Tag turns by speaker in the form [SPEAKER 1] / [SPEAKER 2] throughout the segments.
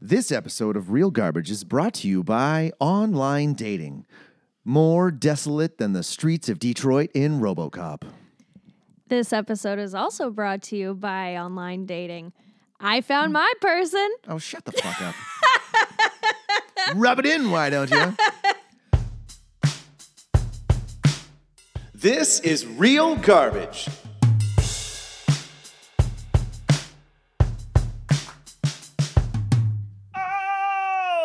[SPEAKER 1] This episode of Real Garbage is brought to you by online dating. More desolate than the streets of Detroit in Robocop.
[SPEAKER 2] This episode is also brought to you by online dating. I found my person.
[SPEAKER 1] Oh, shut the fuck up. Rub it in, why don't you? This is Real Garbage.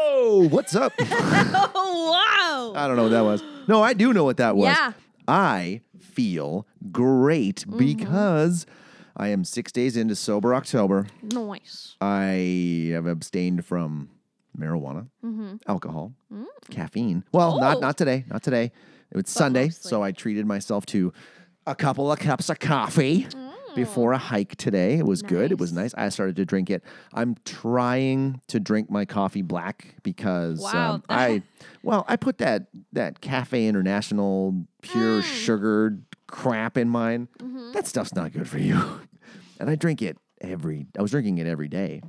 [SPEAKER 1] Oh, what's up?
[SPEAKER 2] Oh, wow.
[SPEAKER 1] I don't know what that was. No, I do know what that was.
[SPEAKER 2] Yeah. Mm-hmm.
[SPEAKER 1] I feel great because I am six days into sober October.
[SPEAKER 2] Nice.
[SPEAKER 1] I have abstained from marijuana, alcohol, caffeine. Well,
[SPEAKER 2] Mm-hmm. Mm. Oh.
[SPEAKER 1] not not today. Not today. It's Sunday,
[SPEAKER 2] mostly.
[SPEAKER 1] so I treated myself to a couple of cups of coffee
[SPEAKER 2] Mm.
[SPEAKER 1] before a hike today. It was good. It was nice. I started to drink it. I'm trying to drink my coffee black because
[SPEAKER 2] Wow.
[SPEAKER 1] um, I well, I put that that Cafe International pure sugared crap in mine. That stuff's not good for you. and I drink it every I was drinking it every day.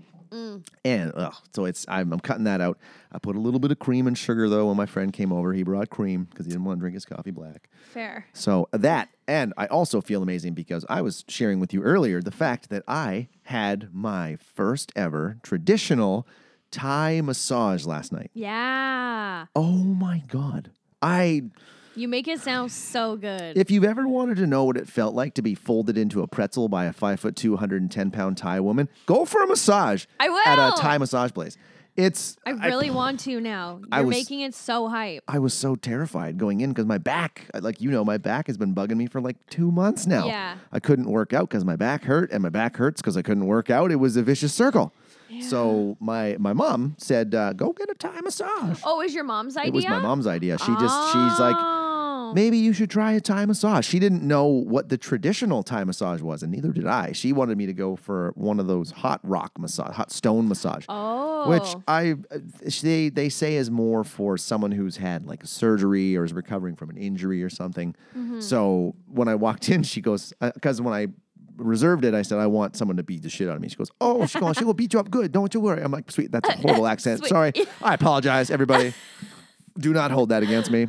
[SPEAKER 1] And ugh, so it's I'm, I'm cutting that out. I put a little bit of cream and sugar though. When my friend came over, he brought cream because he didn't want to drink his coffee black.
[SPEAKER 2] Fair.
[SPEAKER 1] So that, and I also feel amazing because I was sharing with you earlier the fact that I had my first ever traditional Thai massage last night.
[SPEAKER 2] Yeah.
[SPEAKER 1] Oh my god! I,
[SPEAKER 2] You make it sound so good.
[SPEAKER 1] if you've ever wanted to know what it felt like to be folded into a pretzel by a five foot two, hundred and ten pound Thai woman, go for a massage.
[SPEAKER 2] I
[SPEAKER 1] at
[SPEAKER 2] will.
[SPEAKER 1] a Thai massage place. It's
[SPEAKER 2] I really want to now. You're
[SPEAKER 1] I was-
[SPEAKER 2] making it so hype.
[SPEAKER 1] I was so terrified going in because my back, like you know, my back has been bugging me for like two months now.
[SPEAKER 2] Yeah.
[SPEAKER 1] I couldn't work out because my back hurt, and my back hurts because I couldn't work out. It was a vicious circle. So my my mom said, uh, "Go get a Thai massage."
[SPEAKER 2] Oh, is your mom's idea?
[SPEAKER 1] It was my mom's idea. She just she's like,
[SPEAKER 2] Oh.
[SPEAKER 1] maybe you should try a Thai massage. She didn't know what the traditional Thai massage was, and neither did I. She wanted me to go for one of those hot rock massage, hot stone massage
[SPEAKER 2] Oh.
[SPEAKER 1] which I uh, they they say is more for someone who's had like surgery or is recovering from an injury or something.
[SPEAKER 2] Mm-hmm.
[SPEAKER 1] So when I walked in, she goes because when I reserved it, I said I want someone to beat the shit out of me. She goes, oh, she goes, she will beat you up good. Don't you worry. I'm like, sweet, that's a horrible accent.
[SPEAKER 2] Sweet.
[SPEAKER 1] Sorry, I apologize, everybody. Do not hold that against me.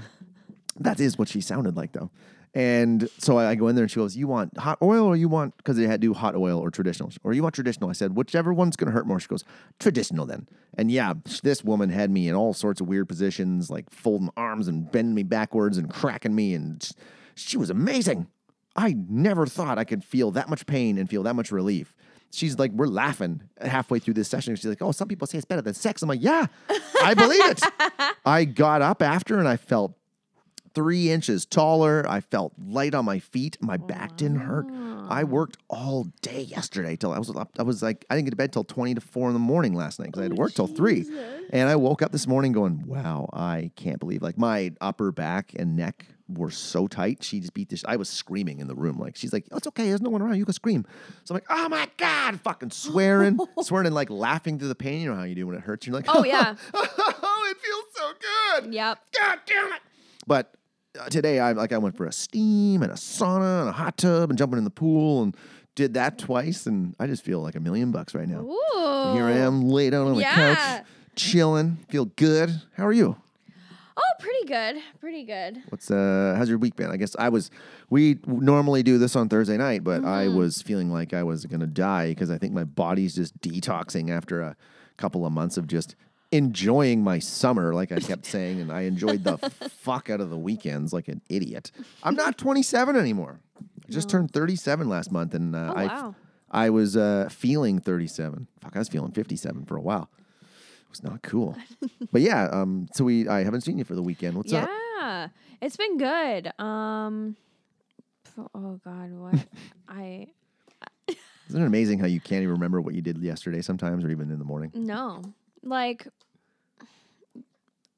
[SPEAKER 1] That is what she sounded like though. And so I I go in there and she goes, You want hot oil or you want, because they had to do hot oil or traditional, or you want traditional. I said, Whichever one's going to hurt more. She goes, Traditional then. And yeah, this woman had me in all sorts of weird positions, like folding arms and bending me backwards and cracking me. And sh- she was amazing. I never thought I could feel that much pain and feel that much relief. She's like, we're laughing halfway through this session. She's like, oh, some people say it's better than sex. I'm like, yeah, I believe it. I got up after and I felt three inches taller. I felt light on my feet. My back didn't hurt. I worked all day yesterday till I was up. I was like, I didn't get to bed till 20 to 4 in the morning last night because I had to work till 3. And I woke up this morning going, wow, I can't believe. Like my upper back and neck were so tight. She just beat this. I was screaming in the room. Like, she's like, oh, it's okay. There's no one around. You can scream. So I'm like, oh my God, fucking swearing, swearing and like laughing through the pain. You know how you do when it hurts. You're like,
[SPEAKER 2] Oh, yeah.
[SPEAKER 1] oh, it feels so good.
[SPEAKER 2] Yep.
[SPEAKER 1] God damn it! But uh, today, I like I went for a steam and a sauna and a hot tub and jumping in the pool and did that twice, and I just feel like a million bucks right now.
[SPEAKER 2] Ooh. Oh.
[SPEAKER 1] Here I am, laid out on the
[SPEAKER 2] Yeah.
[SPEAKER 1] couch, chilling, feel good. How are you?
[SPEAKER 2] Oh, pretty good. Pretty good.
[SPEAKER 1] What's uh? How's your week been? I guess I was. We normally do this on Thursday night, but I
[SPEAKER 2] Mm-hmm.
[SPEAKER 1] was feeling like I was gonna die because I think my body's just detoxing after a couple of months of just enjoying my summer, like I kept saying, and I enjoyed the fuck out of the weekends like an idiot. I'm not 27 anymore. I just turned 37 last month, and uh,
[SPEAKER 2] Oh,
[SPEAKER 1] I
[SPEAKER 2] wow.
[SPEAKER 1] I was uh, feeling 37. Fuck, I was feeling 57 for a while. It was not cool. but yeah, um, so we I haven't seen you for the weekend. What's up?
[SPEAKER 2] yeah, it's been good. Um, f- oh God, what I
[SPEAKER 1] Isn't it amazing how you can't even remember what you did yesterday sometimes or even in the morning?
[SPEAKER 2] no, like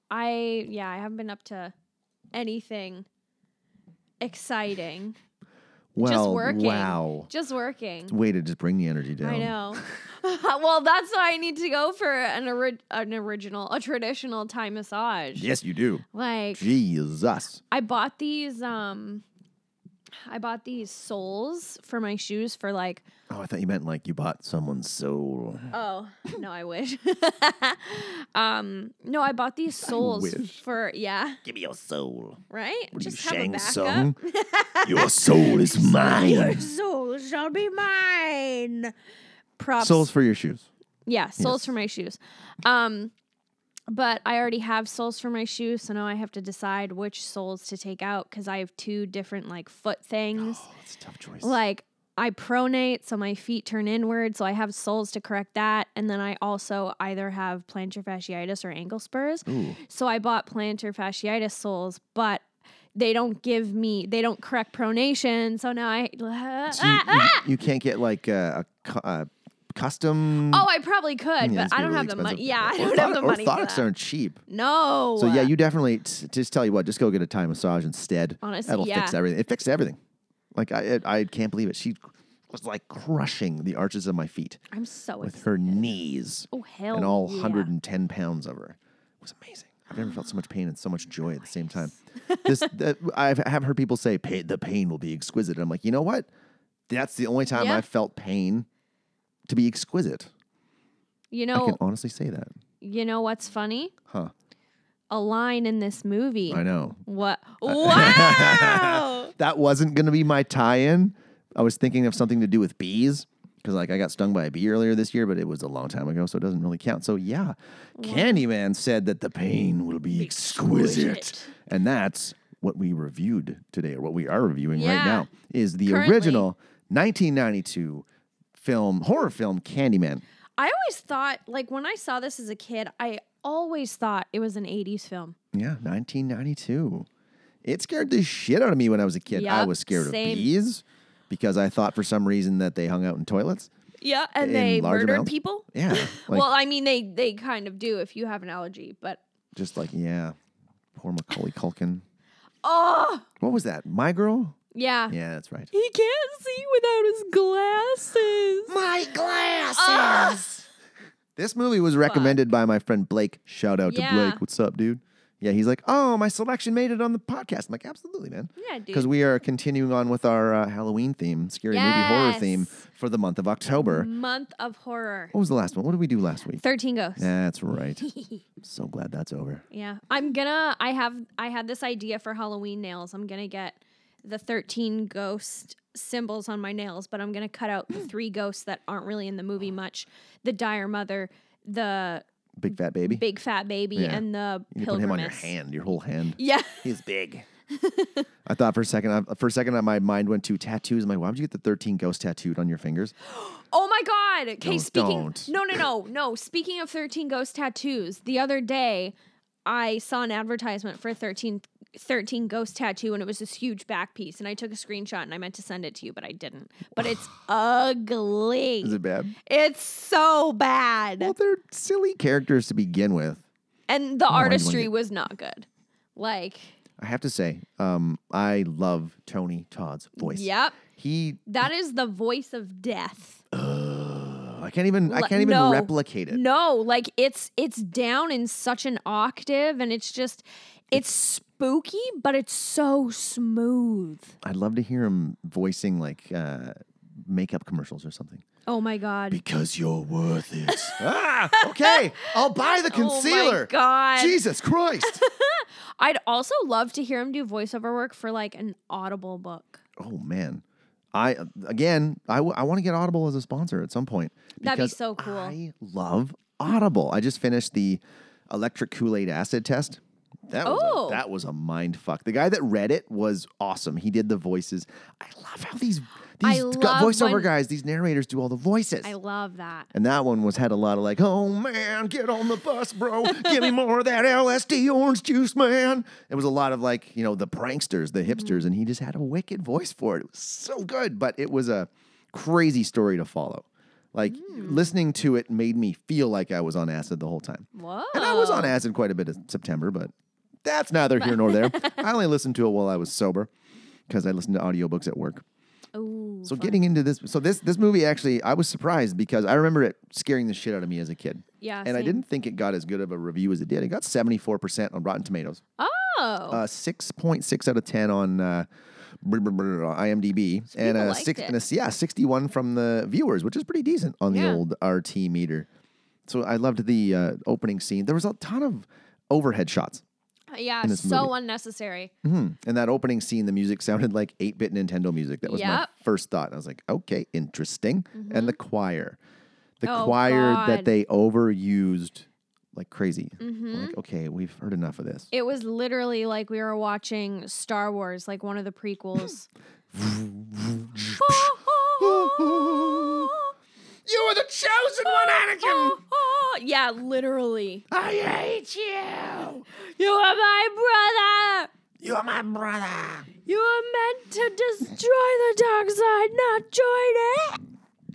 [SPEAKER 2] I yeah, I haven't been up to anything exciting.
[SPEAKER 1] Well,
[SPEAKER 2] working.
[SPEAKER 1] wow.
[SPEAKER 2] Just working.
[SPEAKER 1] Way to just bring the energy down.
[SPEAKER 2] I know. well, that's why I need to go for an ori- an original, a traditional Thai massage.
[SPEAKER 1] Yes, you do.
[SPEAKER 2] Like
[SPEAKER 1] Jesus.
[SPEAKER 2] I bought these um I bought these soles for my shoes for like
[SPEAKER 1] Oh, I thought you meant like you bought someone's soul.
[SPEAKER 2] Oh no, I wish. um, no, I bought these soles
[SPEAKER 1] wish.
[SPEAKER 2] for yeah,
[SPEAKER 1] Give me your soul.
[SPEAKER 2] right.
[SPEAKER 1] What are
[SPEAKER 2] Just
[SPEAKER 1] you,
[SPEAKER 2] have a
[SPEAKER 1] Shang
[SPEAKER 2] backup.
[SPEAKER 1] Tsung? Your soul is mine.
[SPEAKER 2] Soul shall be mine. Props.
[SPEAKER 1] Souls for your shoes.
[SPEAKER 2] yeah, soles
[SPEAKER 1] Yes.
[SPEAKER 2] for my shoes. Um, but I already have soles for my shoes, so now I have to decide which soles to take out because I have two different like foot things.
[SPEAKER 1] Oh, it's a tough choice.
[SPEAKER 2] like I pronate, so my feet turn inward, so I have soles to correct that, and then I also either have plantar fasciitis or ankle spurs.
[SPEAKER 1] Ooh.
[SPEAKER 2] So I bought plantar fasciitis soles, but they don't give me, they don't correct pronation. So now I.
[SPEAKER 1] So you, you, you can't get like uh, a, cu- a custom.
[SPEAKER 2] oh, I probably could,
[SPEAKER 1] Mm. Yeah,
[SPEAKER 2] but
[SPEAKER 1] it's
[SPEAKER 2] I
[SPEAKER 1] gonna
[SPEAKER 2] don't
[SPEAKER 1] be
[SPEAKER 2] have
[SPEAKER 1] really
[SPEAKER 2] the money.
[SPEAKER 1] expensive.
[SPEAKER 2] Yeah, I don't have the
[SPEAKER 1] Orthotic-
[SPEAKER 2] money. For
[SPEAKER 1] Orthotics
[SPEAKER 2] that.
[SPEAKER 1] aren't cheap.
[SPEAKER 2] No.
[SPEAKER 1] So yeah, you definitely t- just tell you what, just go get a Thai massage instead.
[SPEAKER 2] Honestly,
[SPEAKER 1] That'll fix
[SPEAKER 2] yeah.
[SPEAKER 1] everything. It fixed everything. Like I, it, I can't believe it. She was like crushing the arches of my feet
[SPEAKER 2] I'm so
[SPEAKER 1] with
[SPEAKER 2] excited.
[SPEAKER 1] her knees
[SPEAKER 2] Oh, hell.
[SPEAKER 1] and all
[SPEAKER 2] yeah.
[SPEAKER 1] 110 pounds of her. It was amazing. I've never felt so much pain and so much joy at the same time. this that I've, I have heard people say pa the pain will be exquisite. I'm like, you know what? That's the only time
[SPEAKER 2] Yeah.
[SPEAKER 1] I've felt pain to be exquisite.
[SPEAKER 2] You
[SPEAKER 1] I can
[SPEAKER 2] know,
[SPEAKER 1] honestly say that.
[SPEAKER 2] you know what's funny?
[SPEAKER 1] Huh.
[SPEAKER 2] A line in this movie.
[SPEAKER 1] I know.
[SPEAKER 2] What? Wow!
[SPEAKER 1] That wasn't going to be my tie-in. I was thinking of something to do with bees because, like, I got stung by a bee earlier this year, but it was a long time ago, so it doesn't really count. So yeah, Candyman said that the pain will be exquisite,
[SPEAKER 2] Exquisite.
[SPEAKER 1] and that's what we reviewed today, or what we are reviewing right
[SPEAKER 2] Yeah.
[SPEAKER 1] now, is the
[SPEAKER 2] Currently.
[SPEAKER 1] original 1992 film horror film Candyman.
[SPEAKER 2] I always thought, like, when I saw this as a kid, I always thought it was an 80s film.
[SPEAKER 1] Yeah, 1992. It scared the shit out of me when I was a kid. I
[SPEAKER 2] Yup,
[SPEAKER 1] was scared
[SPEAKER 2] same.
[SPEAKER 1] of bees because I thought for some reason that they hung out in toilets.
[SPEAKER 2] Yeah, and
[SPEAKER 1] In
[SPEAKER 2] they
[SPEAKER 1] large
[SPEAKER 2] murdered
[SPEAKER 1] amounts?
[SPEAKER 2] people.
[SPEAKER 1] Yeah. Like,
[SPEAKER 2] well, I mean, they they kind of do if you have an allergy, but
[SPEAKER 1] just like, yeah. Poor Macaulay Culkin.
[SPEAKER 2] oh
[SPEAKER 1] What was that? My girl?
[SPEAKER 2] yeah,
[SPEAKER 1] Yeah, that's right.
[SPEAKER 2] he can't see without his glasses.
[SPEAKER 1] My
[SPEAKER 2] Ah!
[SPEAKER 1] glasses. This movie was recommended by my friend Blake. Shout out
[SPEAKER 2] Yeah.
[SPEAKER 1] to Blake. What's up, dude? Yeah, he's like, oh, my selection made it on the podcast. I'm like, absolutely, man.
[SPEAKER 2] Yeah, dude.
[SPEAKER 1] Because we are continuing on with our uh, Halloween theme, scary movie horror
[SPEAKER 2] Yes.
[SPEAKER 1] theme for the month of October.
[SPEAKER 2] Month of horror.
[SPEAKER 1] What was the last one? What did we do last week?
[SPEAKER 2] Thirteen ghosts.
[SPEAKER 1] That's right. so glad that's over.
[SPEAKER 2] Yeah. I'm gonna I have I had this idea for Halloween nails. I'm gonna get the 13 ghost symbols on my nails, but I'm gonna cut out
[SPEAKER 1] Hmm.
[SPEAKER 2] the three ghosts that aren't really in the movie much. The dire mother, the
[SPEAKER 1] Big fat baby.
[SPEAKER 2] big fat baby,
[SPEAKER 1] Yeah.
[SPEAKER 2] and the
[SPEAKER 1] you can put him on your
[SPEAKER 2] pilgrimess.
[SPEAKER 1] hand, your whole hand.
[SPEAKER 2] Yeah.
[SPEAKER 1] He's big. I thought for a second, I, for a second, I- my mind went to tattoos. I'm like, why would you get the 13 ghosts tattooed on your fingers?
[SPEAKER 2] Oh my god. Okay,
[SPEAKER 1] No,
[SPEAKER 2] speaking
[SPEAKER 1] don't.
[SPEAKER 2] No, no, no, no. Speaking of 13 ghost tattoos, the other day I saw an advertisement for 13 13 ghost tattoo and it was this huge back piece and I took a screenshot and I meant to send it to you but I didn't. But it's ugly.
[SPEAKER 1] Is it bad?
[SPEAKER 2] It's so bad.
[SPEAKER 1] Well, they're silly characters to begin with.
[SPEAKER 2] and
[SPEAKER 1] why do
[SPEAKER 2] the
[SPEAKER 1] you wanna
[SPEAKER 2] artistry
[SPEAKER 1] get-
[SPEAKER 2] was not good. Like,
[SPEAKER 1] I have to say, um, I love Tony Todd's voice.
[SPEAKER 2] yep.
[SPEAKER 1] He,
[SPEAKER 2] That is the voice of death.
[SPEAKER 1] Ugh, uh, I can't even, I
[SPEAKER 2] Le-
[SPEAKER 1] can't even
[SPEAKER 2] no.
[SPEAKER 1] replicate it.
[SPEAKER 2] No, like it's it's down in such an octave and it's just it's spooky, but it's so smooth.
[SPEAKER 1] I'd love to hear him voicing like uh, makeup commercials or something.
[SPEAKER 2] Oh my god.
[SPEAKER 1] Because you're worth it. ah, okay, I'll buy the
[SPEAKER 2] Oh my
[SPEAKER 1] concealer.
[SPEAKER 2] god.
[SPEAKER 1] Jesus Christ.
[SPEAKER 2] I'd also love to hear him do voiceover work for like an audible book.
[SPEAKER 1] oh man, I again, I, w- I want to get Audible as a sponsor at some point.
[SPEAKER 2] That'd be
[SPEAKER 1] because
[SPEAKER 2] so cool.
[SPEAKER 1] I love Audible. I just finished the electric Kool Aid acid test. That
[SPEAKER 2] Oh.
[SPEAKER 1] was a, that was a mind fuck. The guy that read it was awesome. He did the voices. I love how these
[SPEAKER 2] I
[SPEAKER 1] these gu-
[SPEAKER 2] love
[SPEAKER 1] voiceover
[SPEAKER 2] when-
[SPEAKER 1] guys, these narrators, do all the voices.
[SPEAKER 2] I love that.
[SPEAKER 1] And that one was had a lot of like, oh man, get on the bus, bro. Give me more of that LSD orange juice, man. It was a lot of like, you know, the pranksters, the hipsters, and he just had a wicked voice for it. It was so good, but it was a crazy story to follow. Like listening to it made me feel like I was on acid the whole time.
[SPEAKER 2] Whoa.
[SPEAKER 1] And I was on acid quite a bit in September, but that's neither here nor there. I only listened to it while I was sober because I listened to audiobooks at work.
[SPEAKER 2] Ooh,
[SPEAKER 1] So getting into this, so this this movie actually, I was surprised because I remember it scaring the shit out of me as a kid,
[SPEAKER 2] yeah.
[SPEAKER 1] and I
[SPEAKER 2] same.
[SPEAKER 1] didn't think it got as good of a review as it did. It got seventy four percent on Rotten Tomatoes,
[SPEAKER 2] Oh.
[SPEAKER 1] uh, six point six out of ten on uh, brr, brr, brr, IMDb
[SPEAKER 2] So
[SPEAKER 1] and a
[SPEAKER 2] people liked
[SPEAKER 1] six
[SPEAKER 2] it.
[SPEAKER 1] and a yeah sixty one from the viewers, which is pretty decent on the
[SPEAKER 2] Yeah.
[SPEAKER 1] old RT meter. So I loved the uh, opening scene. There was a ton of overhead shots.
[SPEAKER 2] Uh, Yeah,
[SPEAKER 1] in this
[SPEAKER 2] so
[SPEAKER 1] movie.
[SPEAKER 2] unnecessary.
[SPEAKER 1] Mhm. And that opening scene, the music sounded like 8 bit Nintendo music. That was my
[SPEAKER 2] Yep. Mm-hmm.
[SPEAKER 1] first thought. I was like, okay, interesting. And the choir. The
[SPEAKER 2] Oh,
[SPEAKER 1] choir that
[SPEAKER 2] God.
[SPEAKER 1] they overused like crazy. I'm
[SPEAKER 2] hmm
[SPEAKER 1] Like, okay, we've heard enough of this.
[SPEAKER 2] It was literally like we were watching Star Wars, like one of the prequels.
[SPEAKER 1] You are the chosen one, Anakin!
[SPEAKER 2] yeah, literally.
[SPEAKER 1] I hate you!
[SPEAKER 2] You are my brother.
[SPEAKER 1] You are my brother!
[SPEAKER 2] You were meant to destroy the dark side, not join it.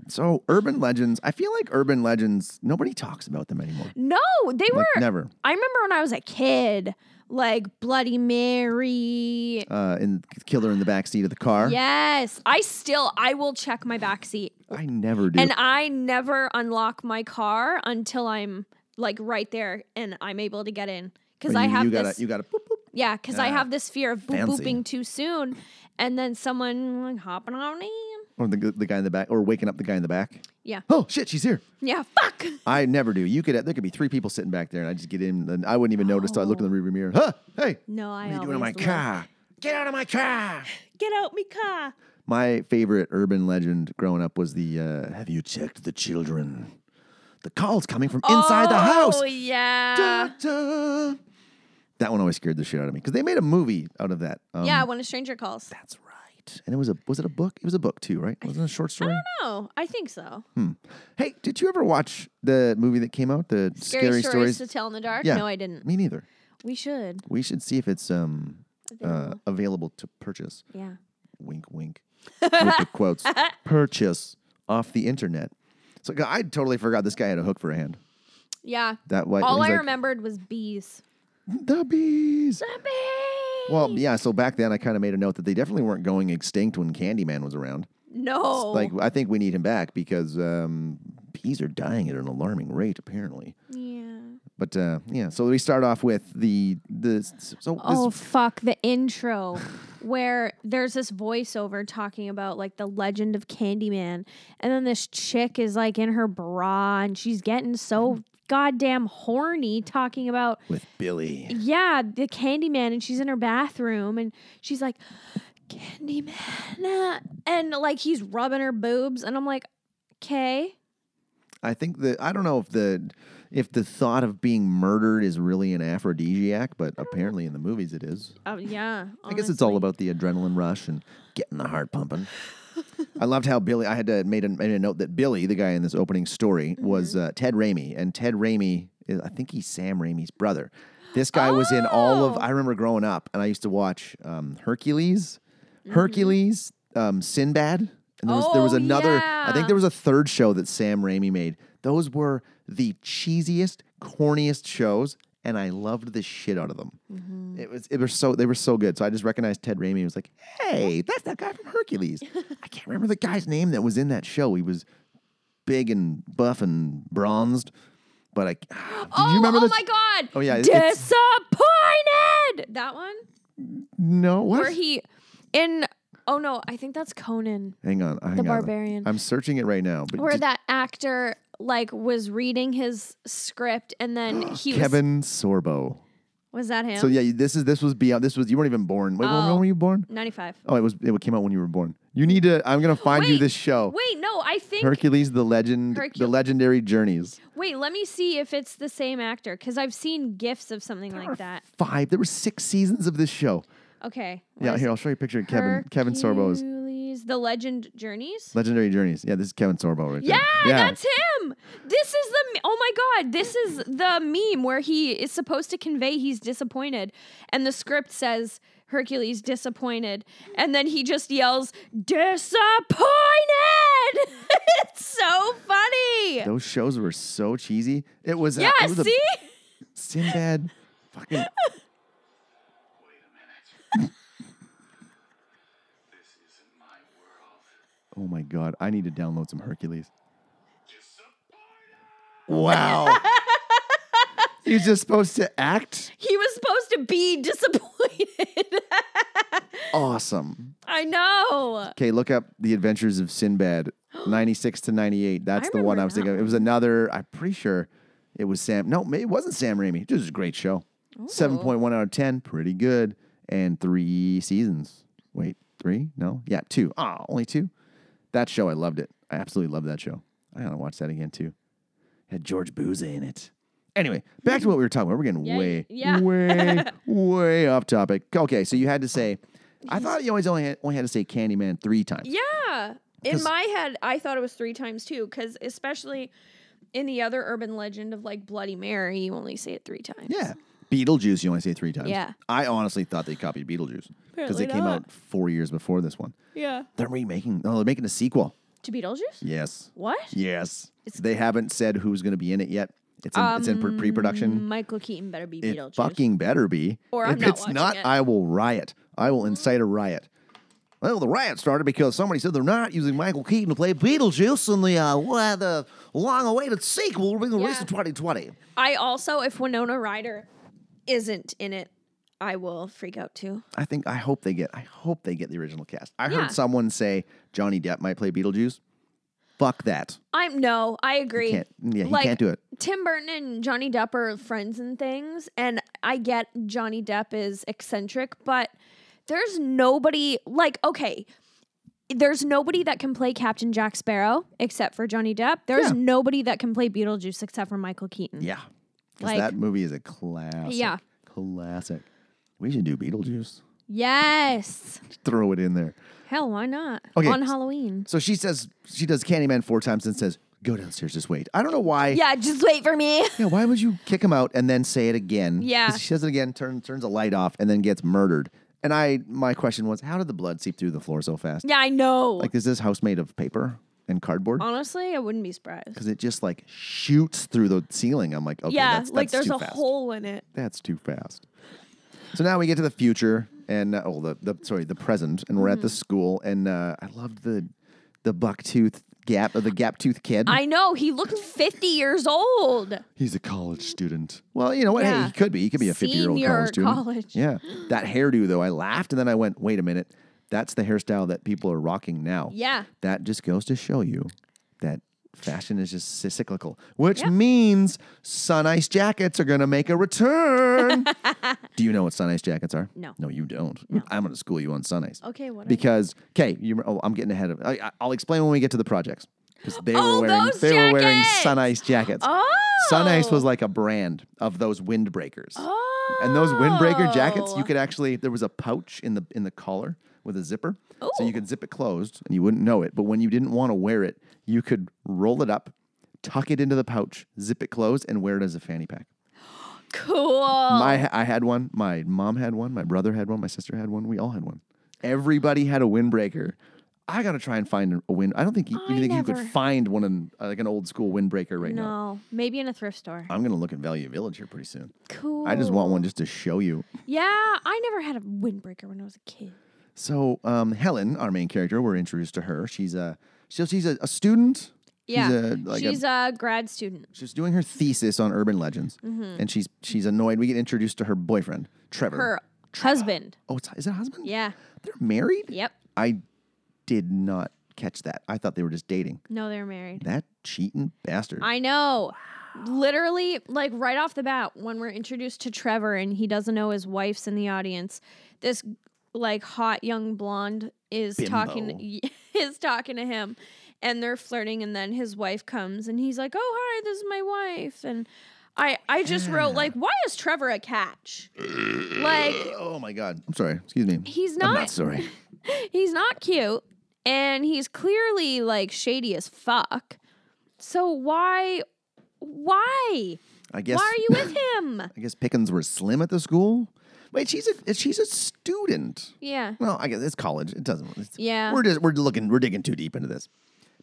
[SPEAKER 1] So, urban legends, I feel like urban legends, nobody talks about them anymore.
[SPEAKER 2] No, they were.
[SPEAKER 1] Like, never.
[SPEAKER 2] I remember when I was a kid, like Bloody Mary.
[SPEAKER 1] Uh, and killer in the back seat of the car.
[SPEAKER 2] Yes, I still I will check my back seat,
[SPEAKER 1] I never do.
[SPEAKER 2] and I never unlock my car until I'm like right there and I'm able to get in because
[SPEAKER 1] But
[SPEAKER 2] I
[SPEAKER 1] you,
[SPEAKER 2] have
[SPEAKER 1] you
[SPEAKER 2] this.
[SPEAKER 1] gotta you gotta boop, boop.
[SPEAKER 2] yeah, because I
[SPEAKER 1] Yeah.
[SPEAKER 2] have this fear of boop
[SPEAKER 1] Fancy.
[SPEAKER 2] booping too soon, and then someone like hopping on me.
[SPEAKER 1] or the g- the guy in the back or waking up the guy in the back.
[SPEAKER 2] Yeah,
[SPEAKER 1] Oh shit, she's here.
[SPEAKER 2] yeah, fuck.
[SPEAKER 1] I never do. You could there could be three people sitting back there, and I just get in, and I wouldn't even notice. till I looked in the rearview mirror. Huh? Hey,
[SPEAKER 2] No,
[SPEAKER 1] what
[SPEAKER 2] I
[SPEAKER 1] are you
[SPEAKER 2] always
[SPEAKER 1] doing in my
[SPEAKER 2] look.
[SPEAKER 1] car? Get out of my car!
[SPEAKER 2] Get out me car.
[SPEAKER 1] My favorite urban legend growing up was the uh, "Have you checked the children? The call's coming from inside the house."
[SPEAKER 2] Oh yeah.
[SPEAKER 1] Da, da. That one always scared the shit out of me because they made a movie out of that. Um,
[SPEAKER 2] yeah, when a stranger calls.
[SPEAKER 1] that's right. And it was a was it a book? It was a book too, right? Wasn't it a short story?
[SPEAKER 2] No, I think so.
[SPEAKER 1] Hmm, Hey, did you ever watch the movie that came out, the Scary, Stories?
[SPEAKER 2] to tell in the dark.
[SPEAKER 1] Yeah.
[SPEAKER 2] No, I didn't.
[SPEAKER 1] Me neither.
[SPEAKER 2] We should.
[SPEAKER 1] We should see if it's um uh,
[SPEAKER 2] Available.
[SPEAKER 1] available to purchase.
[SPEAKER 2] Yeah.
[SPEAKER 1] Wink, wink. With the quotes, purchase off the internet. So g- I totally forgot this guy had a hook for a hand.
[SPEAKER 2] Yeah.
[SPEAKER 1] That way,
[SPEAKER 2] All
[SPEAKER 1] he's
[SPEAKER 2] I
[SPEAKER 1] like,
[SPEAKER 2] remembered was bees.
[SPEAKER 1] The bees.
[SPEAKER 2] The bees.
[SPEAKER 1] Well, yeah. So back then, I kind of made a note that they definitely weren't going extinct when Candyman was around.
[SPEAKER 2] no.
[SPEAKER 1] Like, I think we need him back because um, bees are dying at an alarming rate, apparently.
[SPEAKER 2] yeah.
[SPEAKER 1] But uh, yeah, so we start off with the the so
[SPEAKER 2] Oh
[SPEAKER 1] this,
[SPEAKER 2] fuck the intro where there's this voiceover talking about like the legend of Candyman and then this chick is like in her bra and she's getting so goddamn horny talking about
[SPEAKER 1] with Billy.
[SPEAKER 2] Yeah, the Candyman, and she's in her bathroom, and she's like, Candyman, uh," and like he's rubbing her boobs, and I'm like, okay,
[SPEAKER 1] I think that I don't know if the if the thought of being murdered is really an aphrodisiac, but apparently in the movies it is.
[SPEAKER 2] oh yeah.
[SPEAKER 1] I guess it's all
[SPEAKER 2] honestly.
[SPEAKER 1] about the adrenaline rush and getting the heart pumping. I loved how Billy. I had to made a, made a note that Billy, the guy in this opening story, was
[SPEAKER 2] Mm-hmm.
[SPEAKER 1] uh, Ted Raimi, and Ted Raimi, is, I think he's Sam Raimi's brother. This guy was in all of.
[SPEAKER 2] Oh.
[SPEAKER 1] I remember growing up, and I used to watch um, Hercules, Hercules, um, Sinbad, and there was there was
[SPEAKER 2] Mm-hmm. Oh,
[SPEAKER 1] another. I think
[SPEAKER 2] yeah.
[SPEAKER 1] there was a third show that Sam Raimi made. Those were the cheesiest, corniest shows, and I loved the shit out of them.
[SPEAKER 2] Mm-hmm.
[SPEAKER 1] It was it was so they were so good. So I just recognized Ted Raimi. and was like, hey, that's that guy from Hercules. I can't remember the guy's name that was in that show. He was big and buff and bronzed. But I do
[SPEAKER 2] Oh,
[SPEAKER 1] you remember
[SPEAKER 2] oh
[SPEAKER 1] this?
[SPEAKER 2] my god!
[SPEAKER 1] Oh, yeah, it's-
[SPEAKER 2] disappointed. That one
[SPEAKER 1] no, what?
[SPEAKER 2] where he in oh no, I think that's Conan
[SPEAKER 1] Hang on, hang
[SPEAKER 2] the
[SPEAKER 1] on.
[SPEAKER 2] Barbarian.
[SPEAKER 1] I'm searching it right now. But
[SPEAKER 2] where
[SPEAKER 1] did-
[SPEAKER 2] that actor like was reading his script and then he
[SPEAKER 1] Kevin Sorbo.
[SPEAKER 2] was was that him?
[SPEAKER 1] So yeah, this is this was beyond. This was you weren't even born. Wait, when, when
[SPEAKER 2] Oh.
[SPEAKER 1] were you born?
[SPEAKER 2] 95.
[SPEAKER 1] Oh, it was it came out when you were born. You need to. I'm gonna find you
[SPEAKER 2] Wait,
[SPEAKER 1] this show.
[SPEAKER 2] Wait, no, I think
[SPEAKER 1] Hercules, the legend, the
[SPEAKER 2] Hercule-
[SPEAKER 1] legendary journeys.
[SPEAKER 2] Wait, let me see if it's the same actor because I've seen gifs of something
[SPEAKER 1] There were
[SPEAKER 2] like that.
[SPEAKER 1] Five. There were six seasons of this show.
[SPEAKER 2] Okay.
[SPEAKER 1] Yeah,
[SPEAKER 2] where's
[SPEAKER 1] here I'll show you a picture of Kevin Kevin Sorbo's
[SPEAKER 2] Hercules, The Legend Journeys.
[SPEAKER 1] Legendary Journeys. Yeah, this is Kevin Sorbo right
[SPEAKER 2] Yeah,
[SPEAKER 1] there.
[SPEAKER 2] that's him. This is the me- oh my god, this is the meme where he is supposed to convey he's disappointed, and the script says Hercules disappointed, and then he just yells disappointed. it's so funny.
[SPEAKER 1] Those shows were so cheesy. It was uh,
[SPEAKER 2] Yeah,
[SPEAKER 1] it was a
[SPEAKER 2] see,
[SPEAKER 1] Sinbad. Fucking
[SPEAKER 3] This isn't my world.
[SPEAKER 1] oh my god! I need to download some Hercules.
[SPEAKER 3] Disappointed!
[SPEAKER 1] Wow. He's just supposed to act
[SPEAKER 2] he was supposed to be disappointed.
[SPEAKER 1] awesome.
[SPEAKER 2] I I know.
[SPEAKER 1] Okay, look up The Adventures of Sinbad, 96 to 98. That's
[SPEAKER 2] I
[SPEAKER 1] the one I
[SPEAKER 2] remember
[SPEAKER 1] was thinking
[SPEAKER 2] that
[SPEAKER 1] of. It was another, I'm pretty sure it was Sam. No, ma- it wasn't Sam Raimi. This is a great show. 7.1 out of 10, pretty good. And three seasons. Wait, three? No? Yeah, two. Ah, only two? That show, I loved it. I absolutely loved that show. I gotta watch that again too. had George Booza in it. Anyway, back to what we were talking about. We're getting
[SPEAKER 2] Yeah,
[SPEAKER 1] way,
[SPEAKER 2] yeah.
[SPEAKER 1] way, way off topic. Okay, so you had to say, I thought you always only had, only had to say Candyman three times.
[SPEAKER 2] Yeah. In
[SPEAKER 1] 'Cause-
[SPEAKER 2] my head, I thought it was three times too, because especially in the other urban legend of like Bloody Mary, you only say it three times.
[SPEAKER 1] Yeah. Beetlejuice, you only say three times.
[SPEAKER 2] Yeah.
[SPEAKER 1] I honestly thought they copied Beetlejuice because
[SPEAKER 2] Apparently
[SPEAKER 1] it came
[SPEAKER 2] not.
[SPEAKER 1] out four years before this one.
[SPEAKER 2] Yeah.
[SPEAKER 1] They're remaking, no, they're making a sequel.
[SPEAKER 2] To Beetlejuice?
[SPEAKER 1] Yes.
[SPEAKER 2] What?
[SPEAKER 1] Yes.
[SPEAKER 2] It's-
[SPEAKER 1] they haven't said who's going to be in it yet. It's in, it's in pre production.
[SPEAKER 2] Michael Keaton better be
[SPEAKER 1] It
[SPEAKER 2] Beetlejuice.
[SPEAKER 1] fucking better be.
[SPEAKER 2] Or I'm
[SPEAKER 1] if
[SPEAKER 2] not
[SPEAKER 1] it's
[SPEAKER 2] watching
[SPEAKER 1] not,
[SPEAKER 2] it. Mm-hmm.
[SPEAKER 1] I will riot. I will incite a riot. Well, the riot started because somebody said they're not using Michael Keaton to play Beetlejuice in the uh, well, the long-awaited sequel being released
[SPEAKER 2] Yeah.
[SPEAKER 1] in 2020.
[SPEAKER 2] I also, if Winona Ryder isn't in it, I will freak out too.
[SPEAKER 1] I think I hope they get I hope they get the original cast. I
[SPEAKER 2] Yeah.
[SPEAKER 1] heard someone say Johnny Depp might play Beetlejuice. Fuck that.
[SPEAKER 2] I'm no, I agree.
[SPEAKER 1] Can't yeah, he
[SPEAKER 2] Like,
[SPEAKER 1] can't do it.
[SPEAKER 2] Tim Burton and Johnny Depp are friends and things, and I get Johnny Depp is eccentric, but there's nobody like okay. There's nobody that can play Captain Jack Sparrow except for Johnny Depp. There's
[SPEAKER 1] Yeah.
[SPEAKER 2] nobody that can play Beetlejuice except for Michael Keaton.
[SPEAKER 1] Yeah. Because
[SPEAKER 2] Like-
[SPEAKER 1] that movie is a classic.
[SPEAKER 2] Yeah.
[SPEAKER 1] Classic. We should do Beetlejuice.
[SPEAKER 2] Yes.
[SPEAKER 1] Just throw it in there.
[SPEAKER 2] Hell, why not?
[SPEAKER 1] Okay.
[SPEAKER 2] On Halloween.
[SPEAKER 1] So she says she does Candyman four times and says, Go downstairs, just wait. I don't know why.
[SPEAKER 2] Yeah, just wait for me.
[SPEAKER 1] Yeah, why would you kick him out and then say it again?
[SPEAKER 2] Yeah.
[SPEAKER 1] 'Cause She says it again, turn, turns a light off, and then gets murdered. And I my question was, how did the blood seep through the floor so fast?
[SPEAKER 2] Yeah, I know.
[SPEAKER 1] Like is this house made of paper and cardboard?
[SPEAKER 2] Honestly, I wouldn't be surprised.
[SPEAKER 1] because it just like shoots through the ceiling. I'm like, okay,
[SPEAKER 2] yeah,
[SPEAKER 1] that's,
[SPEAKER 2] like
[SPEAKER 1] that's
[SPEAKER 2] there's
[SPEAKER 1] too
[SPEAKER 2] a
[SPEAKER 1] fast.
[SPEAKER 2] hole in it.
[SPEAKER 1] That's too fast. So now we get to the future and uh, oh, the, the sorry, the present, and we're at the
[SPEAKER 2] Mm-hmm.
[SPEAKER 1] school. And uh, I loved the the buck tooth gap or the gap tooth kid.
[SPEAKER 2] I know. He looked 50 years old.
[SPEAKER 1] He's a college student. Well, you know what? Hey,
[SPEAKER 2] Yeah.
[SPEAKER 1] he could be. He could be a 50 year old
[SPEAKER 2] Senior
[SPEAKER 1] college student.
[SPEAKER 2] college.
[SPEAKER 1] Yeah. That hairdo though, I laughed, and then I went, wait a minute, that's the hairstyle that people are rocking now.
[SPEAKER 2] Yeah.
[SPEAKER 1] that just goes to show you that fashion is just cy- cyclical, which
[SPEAKER 2] Yep.
[SPEAKER 1] means sun ice jackets are going to make a return. Do you know what sun ice jackets are?
[SPEAKER 2] No.
[SPEAKER 1] No, you don't. I'm going to school you on sun ice.
[SPEAKER 2] Okay, what?
[SPEAKER 1] Because, okay, you, oh, I'm getting ahead of I, I- I'll explain when we get to the projects. Because they,
[SPEAKER 2] Oh,
[SPEAKER 1] were wearing,
[SPEAKER 2] those
[SPEAKER 1] they were wearing
[SPEAKER 2] jackets!
[SPEAKER 1] sun ice jackets.
[SPEAKER 2] oh.
[SPEAKER 1] Sun ice was like a brand of those windbreakers.
[SPEAKER 2] Oh.
[SPEAKER 1] And those windbreaker jackets, you could actually there was a pouch in the in the collar with a zipper, so you
[SPEAKER 2] Ooh.
[SPEAKER 1] could zip it closed and you wouldn't know it. But when you didn't want to wear it, you could roll it up, tuck it into the pouch, zip it closed, and wear it as a fanny pack.
[SPEAKER 2] Cool.
[SPEAKER 1] My I had one. My mom had one. My brother had one. My sister had one. We all had one. Everybody had a windbreaker. I gotta try and find a wind. I don't think you,
[SPEAKER 2] I
[SPEAKER 1] you think you could
[SPEAKER 2] never-
[SPEAKER 1] find one in uh, like an old school windbreaker right now.
[SPEAKER 2] no, maybe in a thrift store.
[SPEAKER 1] I'm gonna look at Value Village here pretty soon.
[SPEAKER 2] Cool.
[SPEAKER 1] I just want one just to show you.
[SPEAKER 2] Yeah, I never had a windbreaker when I was a kid.
[SPEAKER 1] So um, Helen, our main character, we're introduced to her. She's a so she's a, a student.
[SPEAKER 2] Yeah.
[SPEAKER 1] she's a, like a-
[SPEAKER 2] She's a, grad student.
[SPEAKER 1] she's doing her thesis on urban legends,
[SPEAKER 2] Mm-hmm.
[SPEAKER 1] and she's she's annoyed. We get introduced to her boyfriend, Trevor.
[SPEAKER 2] Her husband.
[SPEAKER 1] oh, it's, is it a husband?
[SPEAKER 2] Yeah.
[SPEAKER 1] they're married.
[SPEAKER 2] Yep.
[SPEAKER 1] I did not catch that. I thought they were just dating.
[SPEAKER 2] No, they're married.
[SPEAKER 1] That cheating bastard.
[SPEAKER 2] I know. Literally, like right off the bat, when we're introduced to Trevor and he doesn't know his wife's in the audience, this like hot young blonde is talking is talking to him and they're flirting and then his wife comes and he's like, "Oh, hi, this is my wife." And I I just wrote like, "Why is Trevor a catch?" like
[SPEAKER 1] oh my god. I'm sorry. Excuse me.
[SPEAKER 2] he's
[SPEAKER 1] I'm
[SPEAKER 2] not,
[SPEAKER 1] not sorry.
[SPEAKER 2] he's not cute and he's clearly like shady as fuck. So why why?
[SPEAKER 1] I guess.
[SPEAKER 2] Why are you with him?
[SPEAKER 1] I guess pickings were slim at the school. Wait, she's a she's a student.
[SPEAKER 2] yeah.
[SPEAKER 1] Well, I guess it's college. It doesn't. It's,
[SPEAKER 2] Yeah.
[SPEAKER 1] We're just we're looking we're digging too deep into this.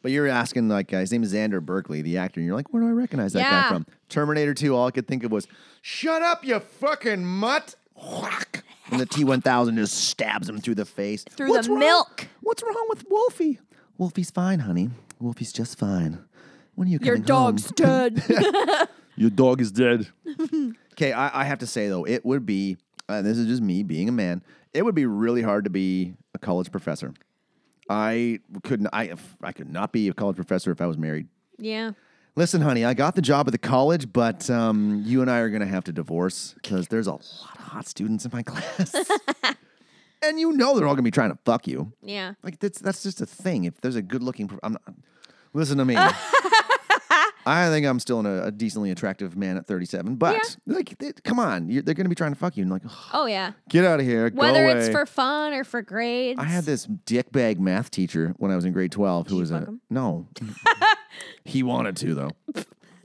[SPEAKER 1] But you're asking like uh, his name is Xander Berkeley, the actor, and you're like, where do I recognize that guy
[SPEAKER 2] Yeah.
[SPEAKER 1] from? Terminator 2. All I could think of was, "Shut up, you fucking mutt!" Whack. And the T1000 just stabs him through the face.
[SPEAKER 2] Through the milk.
[SPEAKER 1] What's wrong with Wolfie? Wolfie's fine, honey. Wolfie's just fine. When are you
[SPEAKER 2] Your
[SPEAKER 1] coming
[SPEAKER 2] dog's
[SPEAKER 1] home?
[SPEAKER 2] dead.
[SPEAKER 1] Your dog is dead. Okay, I, I have to say though, it would be, and this is just me being a man, it would be really hard to be a college professor. I couldn't. I I could not be a college professor if I was married.
[SPEAKER 2] Yeah.
[SPEAKER 1] Listen, honey, I got the job at the college, but um, you and I are going to have to divorce because there's a lot of hot students in my class, and you know they're all going to be trying to fuck you.
[SPEAKER 2] Yeah.
[SPEAKER 1] Like that's that's just a thing. If there's a good looking, I'm not, listen to me. I think I'm still in a, a decently attractive man at 37, but like, they- come on, you're, they're going to be trying to fuck you and like, "Ugh,
[SPEAKER 2] Oh yeah.
[SPEAKER 1] get out of here. go
[SPEAKER 2] Whether it's
[SPEAKER 1] away."
[SPEAKER 2] for fun or for grades.
[SPEAKER 1] I had this dickbag math teacher when I was in grade 12 who was
[SPEAKER 2] fuck
[SPEAKER 1] a
[SPEAKER 2] him?
[SPEAKER 1] no. he wanted to though.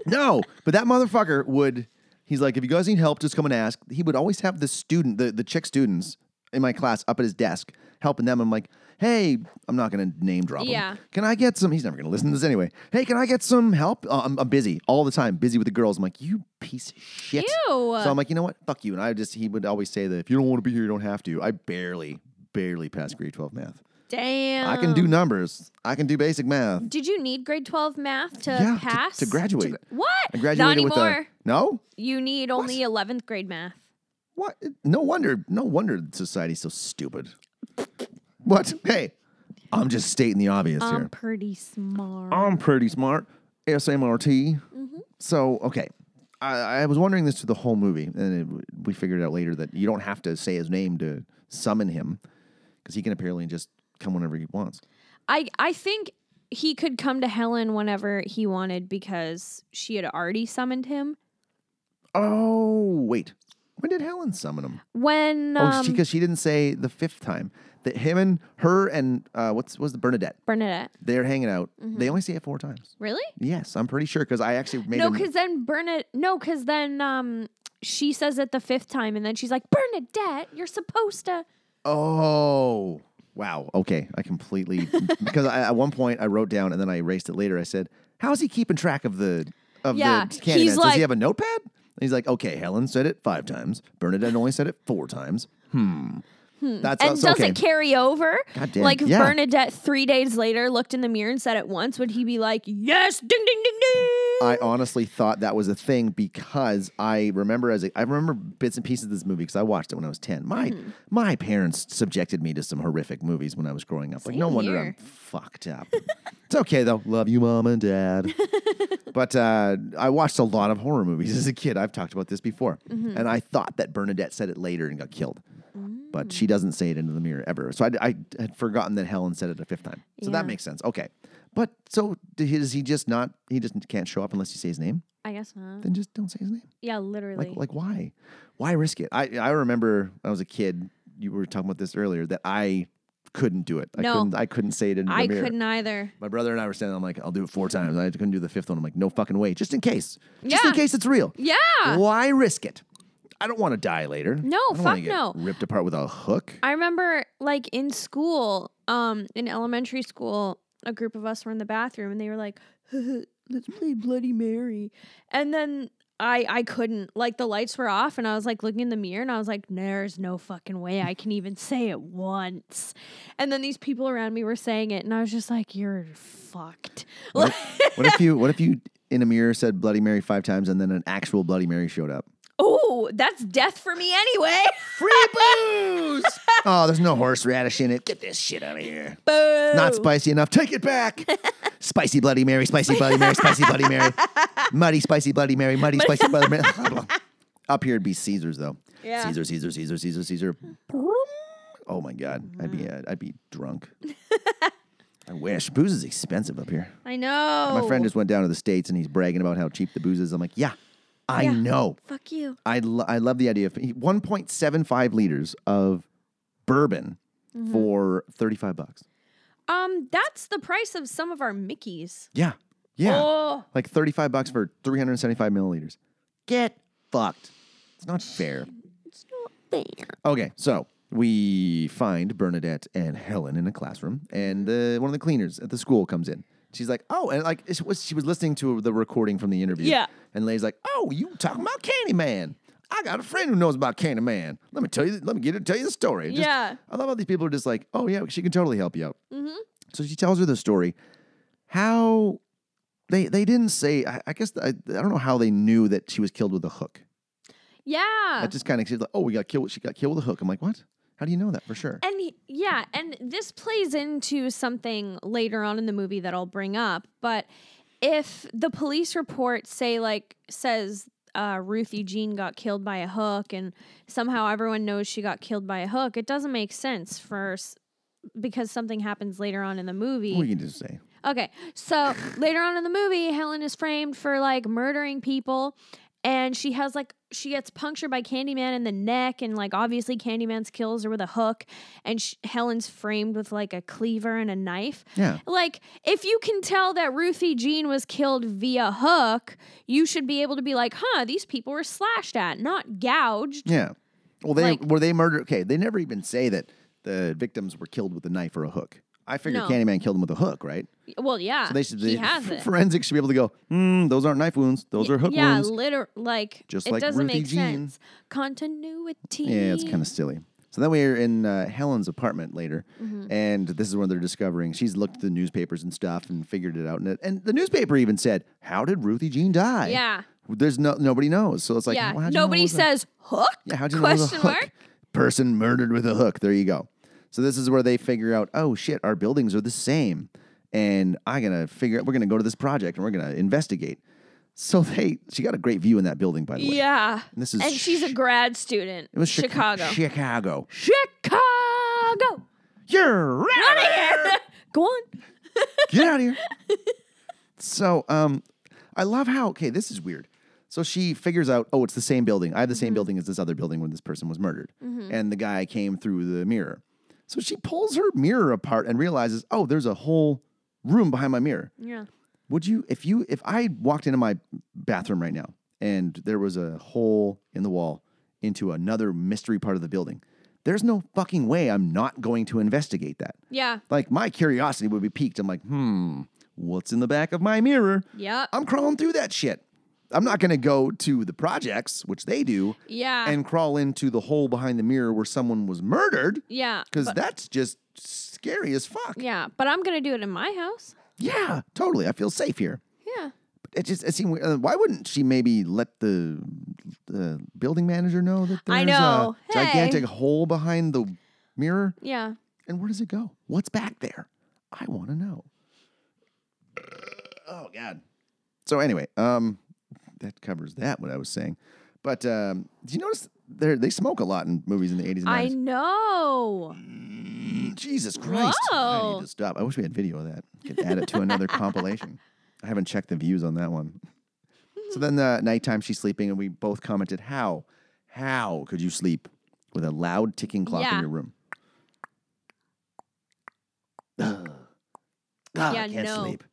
[SPEAKER 1] no, but that motherfucker would he's like if you guys need help just come and ask. He would always have the student the the chick students in my class up at his desk helping them. I'm like, "Hey, I'm not going to name drop him.
[SPEAKER 2] Yeah.
[SPEAKER 1] Can I get some He's never going to listen to this anyway. Hey, can I get some help? Uh, I'm, I'm busy all the time, busy with the girls." I'm like, "You piece of shit."
[SPEAKER 2] Ew.
[SPEAKER 1] So I'm like, you know what? Fuck you. And I just, he would always say that if you don't want to be here, you don't have to. I barely, barely passed grade 12 math.
[SPEAKER 2] Damn.
[SPEAKER 1] I can do numbers. I can do basic math.
[SPEAKER 2] Did you need grade 12 math to
[SPEAKER 1] Yeah, to-
[SPEAKER 2] pass?
[SPEAKER 1] to graduate.
[SPEAKER 2] gra- what?
[SPEAKER 1] I graduated
[SPEAKER 2] Not
[SPEAKER 1] with
[SPEAKER 2] anymore.
[SPEAKER 1] a no.
[SPEAKER 2] You need only 11th grade math.
[SPEAKER 1] What? No wonder. No wonder society's so stupid. What? Hey, I'm just stating the obvious
[SPEAKER 2] I'm
[SPEAKER 1] here.
[SPEAKER 2] pretty smart.
[SPEAKER 1] I'm pretty smart. SMRT.
[SPEAKER 2] Mm-hmm.
[SPEAKER 1] So okay, I, I was wondering this through the whole movie, and it, we figured out later that you don't have to say his name to summon him, because he can apparently just come whenever he wants.
[SPEAKER 2] I I think he could come to Helen whenever he wanted because she had already summoned him.
[SPEAKER 1] Oh wait, when did Helen summon him?
[SPEAKER 2] When
[SPEAKER 1] oh,
[SPEAKER 2] um,
[SPEAKER 1] because she, didn't say the fifth time that him and her and uh, what's was the Bernadette?
[SPEAKER 2] Bernadette.
[SPEAKER 1] They're hanging out.
[SPEAKER 2] Mm-hmm.
[SPEAKER 1] They only say it four times.
[SPEAKER 2] Really?
[SPEAKER 1] Yes, I'm pretty sure because I actually made
[SPEAKER 2] No,
[SPEAKER 1] a-
[SPEAKER 2] because then Bernadette. No, because then um, she says it the fifth time, and then she's like, Bernadette, you're supposed to.
[SPEAKER 1] Oh, wow. Okay. I completely, because I, at one point I wrote down and then I erased it later. I said, how's he keeping track of the, of
[SPEAKER 2] Yeah,
[SPEAKER 1] the
[SPEAKER 2] he's
[SPEAKER 1] candidates? Does
[SPEAKER 2] like-
[SPEAKER 1] he have a notepad? And he's like, okay, Helen said it five times. Bernadette only said it four times. Hmm. That's
[SPEAKER 2] And
[SPEAKER 1] that's
[SPEAKER 2] does
[SPEAKER 1] okay.
[SPEAKER 2] it carry over?
[SPEAKER 1] God damn,
[SPEAKER 2] Like if
[SPEAKER 1] yeah.
[SPEAKER 2] Bernadette three days later looked in the mirror and said it once, would he be like, Yes, ding ding ding ding?
[SPEAKER 1] I honestly thought that was a thing because I remember as a, I remember bits and pieces of this movie because I watched it when I was ten. My
[SPEAKER 2] Hmm.
[SPEAKER 1] my parents subjected me to some horrific movies when I was growing up. Like no
[SPEAKER 2] Same
[SPEAKER 1] wonder
[SPEAKER 2] here.
[SPEAKER 1] I'm fucked up. it's okay though. Love you, mom and dad. but uh, I watched a lot of horror movies as a kid. I've talked about this before,
[SPEAKER 2] Mm-hmm.
[SPEAKER 1] and I thought that Bernadette said it later and got killed.
[SPEAKER 2] Hmm.
[SPEAKER 1] But she doesn't say it into the mirror ever. So I, I had forgotten that Helen said it a fifth time. So
[SPEAKER 2] Yeah.
[SPEAKER 1] that makes sense. Okay. But so d- he- does he just not? He just can't show up unless you say his name.
[SPEAKER 2] I guess not.
[SPEAKER 1] Then just don't say his name.
[SPEAKER 2] Yeah, literally.
[SPEAKER 1] Like like why? Why risk it? I I remember when I was a kid. You were talking about this earlier that I couldn't do it.
[SPEAKER 2] No.
[SPEAKER 1] I couldn't, I couldn't say it in the
[SPEAKER 2] I
[SPEAKER 1] mirror.
[SPEAKER 2] couldn't either.
[SPEAKER 1] My brother and I were standing. I'm like, I'll do it four times. I couldn't do the fifth one. I'm like, no fucking way. Just in case. Just in
[SPEAKER 2] Yeah.
[SPEAKER 1] case it's real.
[SPEAKER 2] Yeah.
[SPEAKER 1] Why risk it? I don't want to die later.
[SPEAKER 2] No,
[SPEAKER 1] I don't wanna
[SPEAKER 2] fuck
[SPEAKER 1] get
[SPEAKER 2] no.
[SPEAKER 1] Ripped apart with a hook.
[SPEAKER 2] I remember like in school, um, in elementary school, a group of us were in the bathroom and they were like, let's play Bloody Mary. And then I I couldn't. Like the lights were off and I was like looking in the mirror and I was like, there's no fucking way I can even say it once. And then these people around me were saying it and I was just like, You're fucked. Like,
[SPEAKER 1] what if you? What if you in a mirror said Bloody Mary five times and then an actual Bloody Mary showed up?
[SPEAKER 2] oh, that's death for me anyway.
[SPEAKER 1] Free booze! oh, there's no horseradish in it. Get this shit out of here.
[SPEAKER 2] Boo.
[SPEAKER 1] Not spicy enough. Take it back. spicy Bloody Mary, spicy Bloody Mary, spicy Bloody Mary. Muddy, spicy Bloody Mary, muddy, spicy Bloody Mary. Up here, it'd be Caesar's, though.
[SPEAKER 2] Yeah.
[SPEAKER 1] Caesar, Caesar, Caesar, Caesar, Caesar. Oh my God. I'd be, uh, I'd be drunk. I wish. Booze is expensive up here.
[SPEAKER 2] I know.
[SPEAKER 1] My friend just went down to the States and he's bragging about how cheap the booze is. I'm like, yeah, I
[SPEAKER 2] Yeah.
[SPEAKER 1] know.
[SPEAKER 2] fuck you.
[SPEAKER 1] I, lo- I love the idea of 1.75 liters of bourbon
[SPEAKER 2] Mm-hmm.
[SPEAKER 1] for 35 bucks.
[SPEAKER 2] Um, that's the price of some of our Mickeys.
[SPEAKER 1] Yeah. Yeah.
[SPEAKER 2] Oh,
[SPEAKER 1] Like 35 bucks for 375 milliliters. Get fucked. It's not fair.
[SPEAKER 2] it's not fair.
[SPEAKER 1] Okay, so we find Bernadette and Helen in a classroom, and uh, one of the cleaners at the school comes in. She's like, "Oh," and like it was, she was listening to the recording from the interview.
[SPEAKER 2] Yeah.
[SPEAKER 1] and Lay's like, "Oh, you talking about Candyman? I got a friend who knows about Candyman. Let me tell you. Let me get her to tell you the story." Just-
[SPEAKER 2] Yeah.
[SPEAKER 1] I love how these people are just like, "Oh yeah, she can totally help you out." Mm-hmm. So she tells her the story. How they they didn't say. I, I guess I, I don't know how they knew that she was killed with a hook.
[SPEAKER 2] Yeah.
[SPEAKER 1] That just kind of like, oh, we got killed. She got killed with a hook. I'm like, what? How do you know that for sure?
[SPEAKER 2] And he- yeah, and this plays into something later on in the movie that I'll bring up. But if the police report say like says uh, Ruth Eugene got killed by a hook, and somehow everyone knows she got killed by a hook, it doesn't make sense for s- because something happens later on in the movie.
[SPEAKER 1] we can just say
[SPEAKER 2] Okay. So later on in the movie, Helen is framed for like murdering people and she has like she gets punctured by Candyman in the neck and like obviously Candyman's kills her with a hook and sh- Helen's framed with like a cleaver and a knife.
[SPEAKER 1] yeah.
[SPEAKER 2] Like if you can tell that Ruthie Jean was killed via hook, you should be able to be like, "Huh, these people were slashed at, not gouged."
[SPEAKER 1] Yeah. Well, they
[SPEAKER 2] Like-
[SPEAKER 1] were they murdered. Okay, they never even say that the victims were killed with a knife or a hook. I figure
[SPEAKER 2] No.
[SPEAKER 1] Candyman killed them with a hook, right?
[SPEAKER 2] Well, yeah.
[SPEAKER 1] So they should.
[SPEAKER 2] he
[SPEAKER 1] the
[SPEAKER 2] has it.
[SPEAKER 1] forensics should be able to go. Hmm, those aren't knife wounds. Those are hook
[SPEAKER 2] yeah,
[SPEAKER 1] wounds.
[SPEAKER 2] liter- like
[SPEAKER 1] Just
[SPEAKER 2] it
[SPEAKER 1] like
[SPEAKER 2] doesn't
[SPEAKER 1] Ruthie
[SPEAKER 2] make
[SPEAKER 1] Jean.
[SPEAKER 2] sense. Continuity.
[SPEAKER 1] Yeah, it's kind of silly. So then we're in uh, Helen's apartment later,
[SPEAKER 2] Mm-hmm.
[SPEAKER 1] and this is when they're discovering she's looked at the newspapers and stuff and figured it out. And, it, and the newspaper even said, "How did Ruthie Jean die?"
[SPEAKER 2] Yeah.
[SPEAKER 1] there's no nobody knows. So it's like,
[SPEAKER 2] yeah.
[SPEAKER 1] "Well, how'd you know it
[SPEAKER 2] Nobody
[SPEAKER 1] was a-
[SPEAKER 2] says hook.
[SPEAKER 1] Yeah, how'd you know it was
[SPEAKER 2] question
[SPEAKER 1] a
[SPEAKER 2] mark?
[SPEAKER 1] hook? Person murdered with a hook. There you go. So this is where they figure out, oh shit, our buildings are the same, and I'm gonna figure out. We're gonna go to this project and we're gonna investigate. So they, she got a great view in that building, by the way.
[SPEAKER 2] Yeah.
[SPEAKER 1] And this is
[SPEAKER 2] and she's a
[SPEAKER 1] sh-
[SPEAKER 2] grad student.
[SPEAKER 1] It was Chica-
[SPEAKER 2] Chicago.
[SPEAKER 1] Chicago.
[SPEAKER 2] Chicago.
[SPEAKER 1] You're right.
[SPEAKER 2] Out of here. Go on.
[SPEAKER 1] Get out of here. so, um, I love how okay, this is weird. So she figures out, oh, it's the same building. I have the same building as this other building when this person was murdered, and the guy came through the mirror. So she pulls her mirror apart and realizes, oh, there's a whole room behind my mirror.
[SPEAKER 2] Yeah.
[SPEAKER 1] Would you, if you, if I walked into my bathroom right now and there was a hole in the wall into another mystery part of the building, there's no fucking way I'm not going to investigate that
[SPEAKER 2] Yeah.
[SPEAKER 1] like my curiosity would be piqued. I'm like, hmm, what's in the back of my mirror?
[SPEAKER 2] Yep.
[SPEAKER 1] I'm crawling through that shit. I'm not gonna go to the projects, which they do,
[SPEAKER 2] yeah.
[SPEAKER 1] and crawl into the hole behind the mirror where someone was murdered,
[SPEAKER 2] yeah.
[SPEAKER 1] because that's just scary as fuck.
[SPEAKER 2] Yeah. But I'm gonna do it in my house.
[SPEAKER 1] Yeah, totally. I feel safe here.
[SPEAKER 2] Yeah.
[SPEAKER 1] But it just it seemed. weird. Uh, why wouldn't she maybe let the the building manager know that there's
[SPEAKER 2] I know.
[SPEAKER 1] a
[SPEAKER 2] Hey.
[SPEAKER 1] gigantic hole behind the mirror?
[SPEAKER 2] Yeah.
[SPEAKER 1] And where does it go? What's back there? I want to know. Oh God. So anyway, um, that covers that. What I was saying, but um, do you notice they they smoke a lot in movies in the eighties and
[SPEAKER 2] I
[SPEAKER 1] nineties?
[SPEAKER 2] know.
[SPEAKER 1] Mm, Jesus Christ! I
[SPEAKER 2] Whoa.
[SPEAKER 1] need to stop. I wish we had video of that. Could add it to another compilation. I haven't checked the views on that one. So then the nighttime she's sleeping, and we both commented, "How, how could you sleep with a loud ticking clock in
[SPEAKER 2] Yeah.
[SPEAKER 1] your room?" Ugh. Ah,
[SPEAKER 2] Yeah,
[SPEAKER 1] I can't
[SPEAKER 2] no.
[SPEAKER 1] sleep.